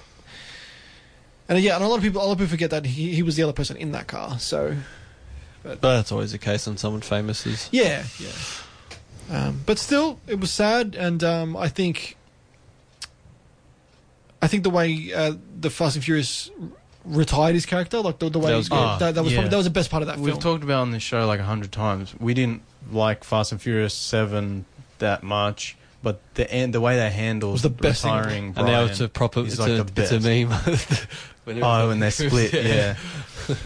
Speaker 1: And uh, yeah, and a lot of people, a lot of people forget that he, he was the other person in that car. So
Speaker 4: But that's always the case when someone famous is.
Speaker 1: Yeah, yeah. Um, but still, it was sad, and um, I think, I think the way uh, the Fast and Furious r- retired his character, like the, the way
Speaker 4: That was good.
Speaker 1: that, that was probably,
Speaker 3: Ah, yeah.
Speaker 1: that was the best part of that
Speaker 3: We've
Speaker 1: film.
Speaker 3: talked about on this show like a hundred times. We didn't like Fast and Furious Seven that much, but the end, the way they handled
Speaker 1: Was the best thing.
Speaker 3: retiring
Speaker 4: And
Speaker 3: Brian,
Speaker 4: now it's a proper,
Speaker 3: He's
Speaker 4: it's,
Speaker 3: like
Speaker 4: a,
Speaker 3: the
Speaker 4: it's a
Speaker 3: best.
Speaker 4: meme. When
Speaker 3: oh,
Speaker 4: everyone-
Speaker 3: when they split, yeah.
Speaker 1: but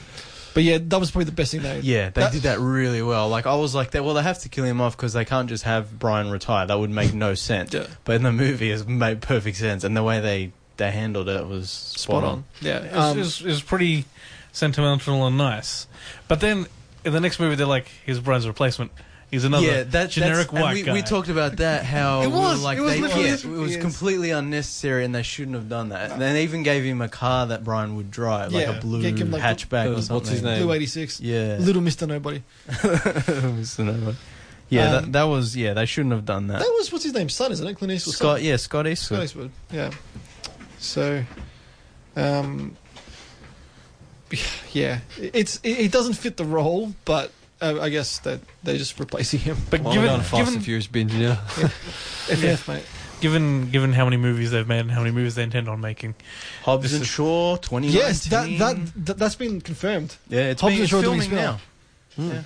Speaker 1: But yeah, that was probably the best thing they.
Speaker 3: Yeah, they
Speaker 1: That-
Speaker 3: did that really well. Like I was like, they, well, they have to kill him off because they can't just have Brian retire. That would make no sense.
Speaker 4: Yeah.
Speaker 3: But in the movie, it made perfect sense, and the way they they handled it was spot, on.
Speaker 4: Yeah.
Speaker 2: It
Speaker 1: Um,
Speaker 2: was, it was pretty sentimental and nice. But then in the next movie, they're like, "Here's Brian's replacement. He's another
Speaker 3: yeah, that,
Speaker 2: generic
Speaker 3: that's, and
Speaker 2: white
Speaker 3: we,
Speaker 2: guy."
Speaker 3: We talked about that how
Speaker 1: It
Speaker 3: we were
Speaker 1: was-
Speaker 3: like
Speaker 1: it was
Speaker 3: they,
Speaker 1: literally-
Speaker 3: yeah, it was
Speaker 1: Yes.
Speaker 3: completely unnecessary, and they shouldn't have done that. And they even gave him a car that Brian would drive, like
Speaker 1: Yeah.
Speaker 3: a blue
Speaker 1: Yeah, give him, like, uh,
Speaker 3: hatchback or
Speaker 4: what's
Speaker 3: something.
Speaker 4: his name?
Speaker 1: Blue eighty six,
Speaker 3: Yeah,
Speaker 1: Little Mister Nobody.
Speaker 3: Mr. Nova. Yeah,
Speaker 1: Um,
Speaker 3: that, that was yeah. They shouldn't have done that.
Speaker 1: That was what's his name, son, isn't it? Clint Eastwood's son.
Speaker 3: Scott, yeah, Scott Eastwood.
Speaker 1: Scott Eastwood. Yeah. So, um, yeah, it's it, it doesn't fit the role, but uh, I guess that they're just replacing him.
Speaker 2: but
Speaker 4: Well,
Speaker 2: given
Speaker 4: done, Fast
Speaker 2: given,
Speaker 4: and Furious binge, yeah.
Speaker 1: FF, mate.
Speaker 2: given given how many movies they've made and how many movies they intend on making,
Speaker 3: Hobbs
Speaker 2: This
Speaker 3: and
Speaker 2: is-
Speaker 3: Shaw, 2019.
Speaker 1: Yes, that, that that that's been confirmed.
Speaker 3: yeah, it's
Speaker 1: Hobbs
Speaker 3: being,
Speaker 1: and
Speaker 3: it's
Speaker 1: Shaw doing
Speaker 3: filming
Speaker 1: spin-off.
Speaker 3: now.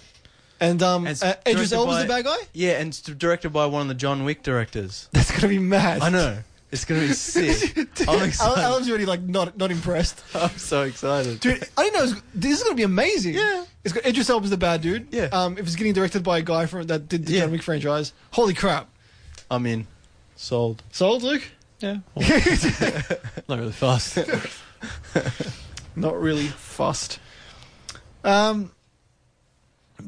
Speaker 1: And um,
Speaker 3: It's
Speaker 1: uh, Idris
Speaker 3: directed
Speaker 1: Elba's
Speaker 3: by-
Speaker 1: the bad guy.
Speaker 3: Yeah, and it's directed by one of the John Wick directors.
Speaker 1: That's gonna be mad.
Speaker 3: I know. It's gonna be sick. I'm
Speaker 1: Alan,
Speaker 3: excited.
Speaker 1: Alan's already like not not impressed,
Speaker 3: I'm so excited.
Speaker 1: dude. I didn't know it was, this is gonna be amazing.
Speaker 3: Yeah.
Speaker 1: it's got Idris Elba's the bad dude.
Speaker 3: Yeah.
Speaker 1: um, if it's getting directed by a guy from that did the
Speaker 3: Yeah.
Speaker 1: John Wick franchise, holy crap!
Speaker 3: I'm in. Sold.
Speaker 1: Sold, Luke.
Speaker 2: yeah,
Speaker 4: Not really fast.
Speaker 1: not really fussed. Um,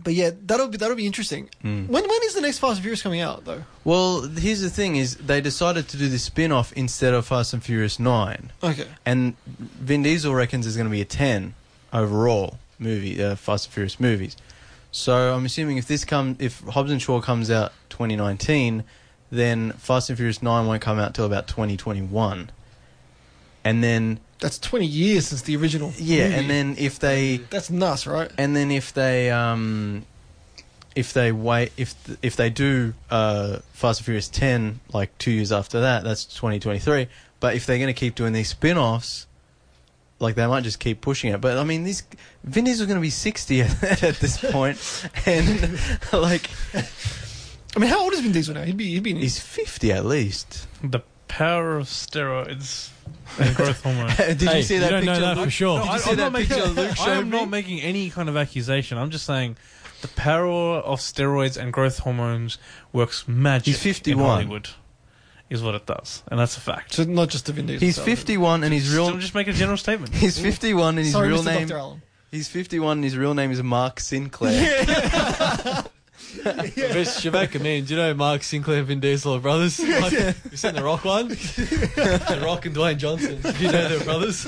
Speaker 1: but yeah, that'll be that'll be interesting.
Speaker 3: Mm. Hmm.
Speaker 1: When when is the next Fast and Furious coming out though?
Speaker 3: Well, here's the thing is they decided to do the spin-off instead of Fast and Furious 9.
Speaker 1: Okay,
Speaker 3: And Vin Diesel reckons there's going to be a 10 overall movie, uh, Fast and Furious movies. So I'm assuming if this come, if Hobbs and Shaw comes out 2019, then Fast and Furious 9 won't come out till about 2021. And then
Speaker 1: that's twenty years since the original.
Speaker 3: yeah,
Speaker 1: movie.
Speaker 3: and then if they
Speaker 1: that's nuts, right?
Speaker 3: and then if they um if they wait if th- if they do uh Fast and Furious 10 like 2 years after that that's 2023 but if they're going to keep doing these spin-offs like they might just keep pushing it but I mean this Vin Diesel's going to be 60 at, at this point and like
Speaker 1: I mean, how old is Vin Diesel now? He'd be he'd be in his
Speaker 3: he's 50 at least
Speaker 2: the power of steroids and growth hormone.
Speaker 3: did you
Speaker 5: Hey,
Speaker 3: see
Speaker 5: you
Speaker 3: that
Speaker 5: don't know
Speaker 3: picture
Speaker 5: that
Speaker 3: Luke?
Speaker 5: for sure.
Speaker 2: No,
Speaker 5: Did
Speaker 2: I,
Speaker 5: you
Speaker 3: see
Speaker 2: I'm
Speaker 3: that
Speaker 2: not making,
Speaker 3: picture Luke
Speaker 2: I am
Speaker 3: showed
Speaker 2: not
Speaker 3: me?
Speaker 2: making any kind of accusation. I'm just saying the power of steroids and growth hormones works magic
Speaker 3: He's 51.
Speaker 2: in Hollywood, is what it does, and that's a fact.
Speaker 1: so not just the Vin Diesel.
Speaker 3: he's
Speaker 1: so-
Speaker 3: 51 and his
Speaker 2: Still
Speaker 3: real
Speaker 2: just make a general statement.
Speaker 3: he's 51 and his
Speaker 1: Sorry,
Speaker 3: real
Speaker 1: Mr.
Speaker 3: name
Speaker 1: Dr. Allen.
Speaker 3: he's 51 and his real name is Mark Sinclair Oh,
Speaker 4: Best Jamaican man. Do you know Mark Sinclair and Vin Diesel are brothers? Like, you seen The Rock one? the Rock and Dwayne Johnson. Do you know they're brothers?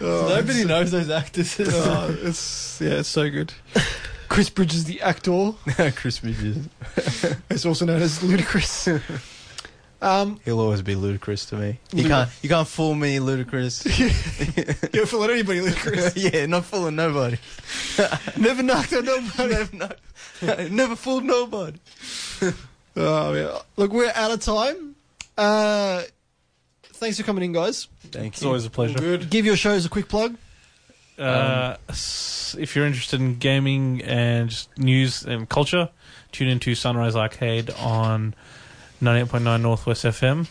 Speaker 4: Nobody knows those actors.
Speaker 1: Oh, it's yeah, it's so good. Chris Bridges, the actor,
Speaker 3: Chris Bridges
Speaker 1: is also known as Ludacris. Um,
Speaker 3: He'll always be ludicrous to me. You
Speaker 1: Luda-
Speaker 3: can't you can't fool me, ludicrous.
Speaker 1: yeah, for let anybody, Ludacris.
Speaker 3: yeah, not fooling nobody.
Speaker 1: Never knocked on nobody.
Speaker 3: Never, no- never fooled nobody.
Speaker 1: Oh yeah. Look, we're out of time. Uh, thanks for coming in, guys.
Speaker 3: Thank
Speaker 2: It's always a pleasure.
Speaker 4: Good.
Speaker 1: Give your shows a quick plug.
Speaker 2: Uh, s- if you're interested in gaming and just news and culture, tune into Sunrise Arcade on 98.9 Northwest FM,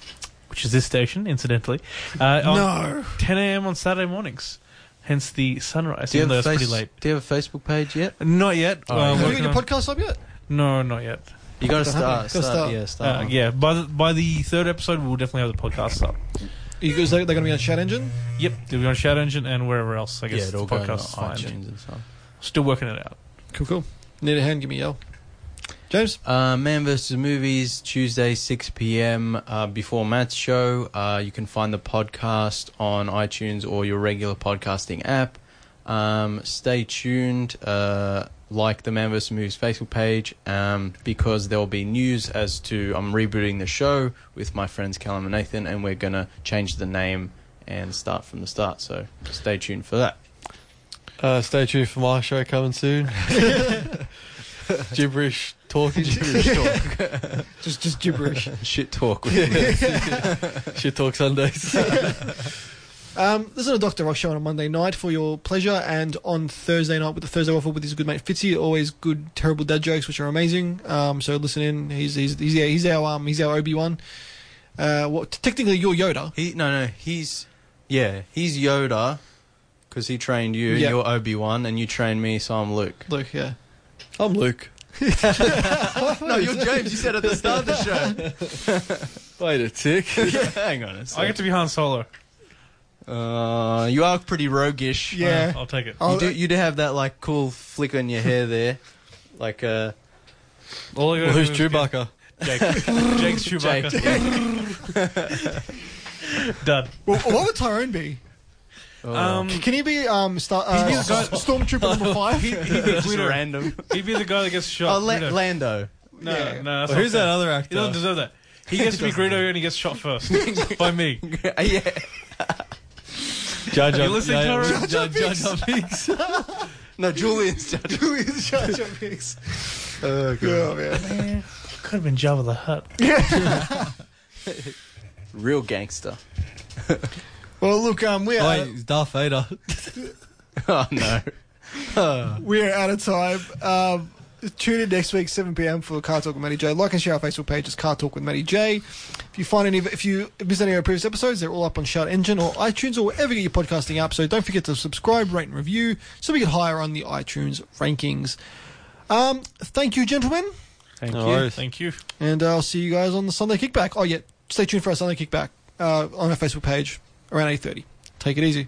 Speaker 2: which is this station, incidentally. Uh, on 10 a.m. on Saturday mornings. Hence the sunrise.
Speaker 3: Do you,
Speaker 2: even though
Speaker 3: have
Speaker 2: it's
Speaker 3: a face-
Speaker 2: pretty late.
Speaker 3: do you have a Facebook page yet?
Speaker 2: Not yet.
Speaker 3: Oh,
Speaker 2: Uh,
Speaker 3: yeah.
Speaker 2: I'm
Speaker 1: Have we
Speaker 2: working
Speaker 1: got your
Speaker 2: on-
Speaker 1: podcast up yet?
Speaker 2: No, not yet.
Speaker 3: You gotta
Speaker 1: Gotta start,
Speaker 3: start. start,
Speaker 1: start.
Speaker 3: Yeah,
Speaker 2: Uh,
Speaker 3: start.
Speaker 2: yeah, by the, by the third episode, we'll definitely have the podcast up.
Speaker 1: You guys, they're going to be on Chat Engine.
Speaker 2: Yep, they'll be on Shadow Engine and wherever else. I
Speaker 3: yeah,
Speaker 2: guess
Speaker 3: it
Speaker 2: the
Speaker 3: all goes on
Speaker 2: podcast's fine.
Speaker 3: iTunes and stuff.
Speaker 2: Still working it out.
Speaker 1: Cool, cool. Need a hand? Give me a yell. James,
Speaker 3: Uh, Man vs. Movies, Tuesday, 6 p.m. Uh, before Matt's show. Uh, you can find the podcast on iTunes or your regular podcasting app. Um, stay tuned. Uh, like the Man vs. Movies Facebook page um, because there will be news as to I'm rebooting the show with my friends Callum and Nathan, and we're going to change the name and start from the start. So stay tuned for that.
Speaker 4: Uh, stay tuned for my show coming soon. Gibberish talking.
Speaker 1: just just gibberish.
Speaker 3: Shit talk with me.
Speaker 4: Shit talk Sundays.
Speaker 1: um, this is a Doctor Rock show on a Monday night for your pleasure, and on Thursday night with the Thursday waffle with his good mate Fitzy. Always good, terrible dad jokes, which are amazing. Um, so listen in. He's he's he's, yeah, he's our um he's our Obi Wan. Uh, well, technically you're Yoda.
Speaker 3: He no no he's yeah he's Yoda 'cause because he trained you.
Speaker 1: Yeah.
Speaker 3: You're Obi Wan, and you trained me, so I'm Luke.
Speaker 1: Luke, yeah.
Speaker 4: I'm Luke.
Speaker 3: no, you're James. You said at the start of the show.
Speaker 4: Wait a tick.
Speaker 3: Hang on a
Speaker 2: I get
Speaker 3: second.
Speaker 2: to be Han Solo.
Speaker 3: Uh, you are pretty roguish.
Speaker 1: Yeah.
Speaker 2: I'll take it.
Speaker 1: Oh,
Speaker 3: You do, you do have that like cool flick on your hair there, like uh,
Speaker 2: All I gotta
Speaker 4: Well, who's
Speaker 2: do is get
Speaker 4: Chewbacca?
Speaker 2: Jake. Jake's Chewbacca. Done.
Speaker 1: Well, what would Tyrone be?
Speaker 4: Oh,
Speaker 2: Um,
Speaker 1: Can he be um star, uh,
Speaker 2: He'd be the guy-
Speaker 1: Stormtrooper number five?
Speaker 2: he'd, he'd be
Speaker 3: just
Speaker 2: Guido.
Speaker 3: random.
Speaker 2: He'd be the guy that gets shot.
Speaker 3: Oh, La-
Speaker 2: Guido.
Speaker 3: Lando.
Speaker 2: no,
Speaker 1: Yeah.
Speaker 2: no. That's
Speaker 4: Well,
Speaker 2: not
Speaker 4: who's
Speaker 2: fair.
Speaker 4: that other
Speaker 2: He doesn't
Speaker 4: actor?
Speaker 2: deserve that. He gets to be Greedo and he gets shot first by me.
Speaker 3: yeah.
Speaker 4: Jar Jar.
Speaker 2: You listening,
Speaker 4: yeah,
Speaker 2: Tyrone?
Speaker 4: yeah, Jar Jar Jar Binks.
Speaker 3: No, Julian's Jar Jar.
Speaker 1: Julian's Jar Jar Binks. Oh, man.
Speaker 2: Could have been Jabba the Hutt.
Speaker 3: Real gangster.
Speaker 1: Well, look, um, we are
Speaker 4: Wait, it's Darth Vader.
Speaker 3: Oh no.
Speaker 1: we are out of time. Um, tune in next week, 7 p.m. for Car Talk with Matty J. Like and share our Facebook page. It's Car Talk with Matty J. If you find any, of- if you miss any of our previous episodes, they're all up on Shout Engine or iTunes or wherever you get your podcasting app. So don't forget to subscribe, rate, and review so we get higher on the iTunes rankings. Um, thank you, gentlemen.
Speaker 2: Thank
Speaker 4: No
Speaker 2: you.
Speaker 4: worries.
Speaker 2: Thank you.
Speaker 1: And uh, I'll see you guys on the Sunday kickback. Oh yeah, stay tuned for our Sunday kickback uh, on our Facebook page around eight thirty. Take it easy.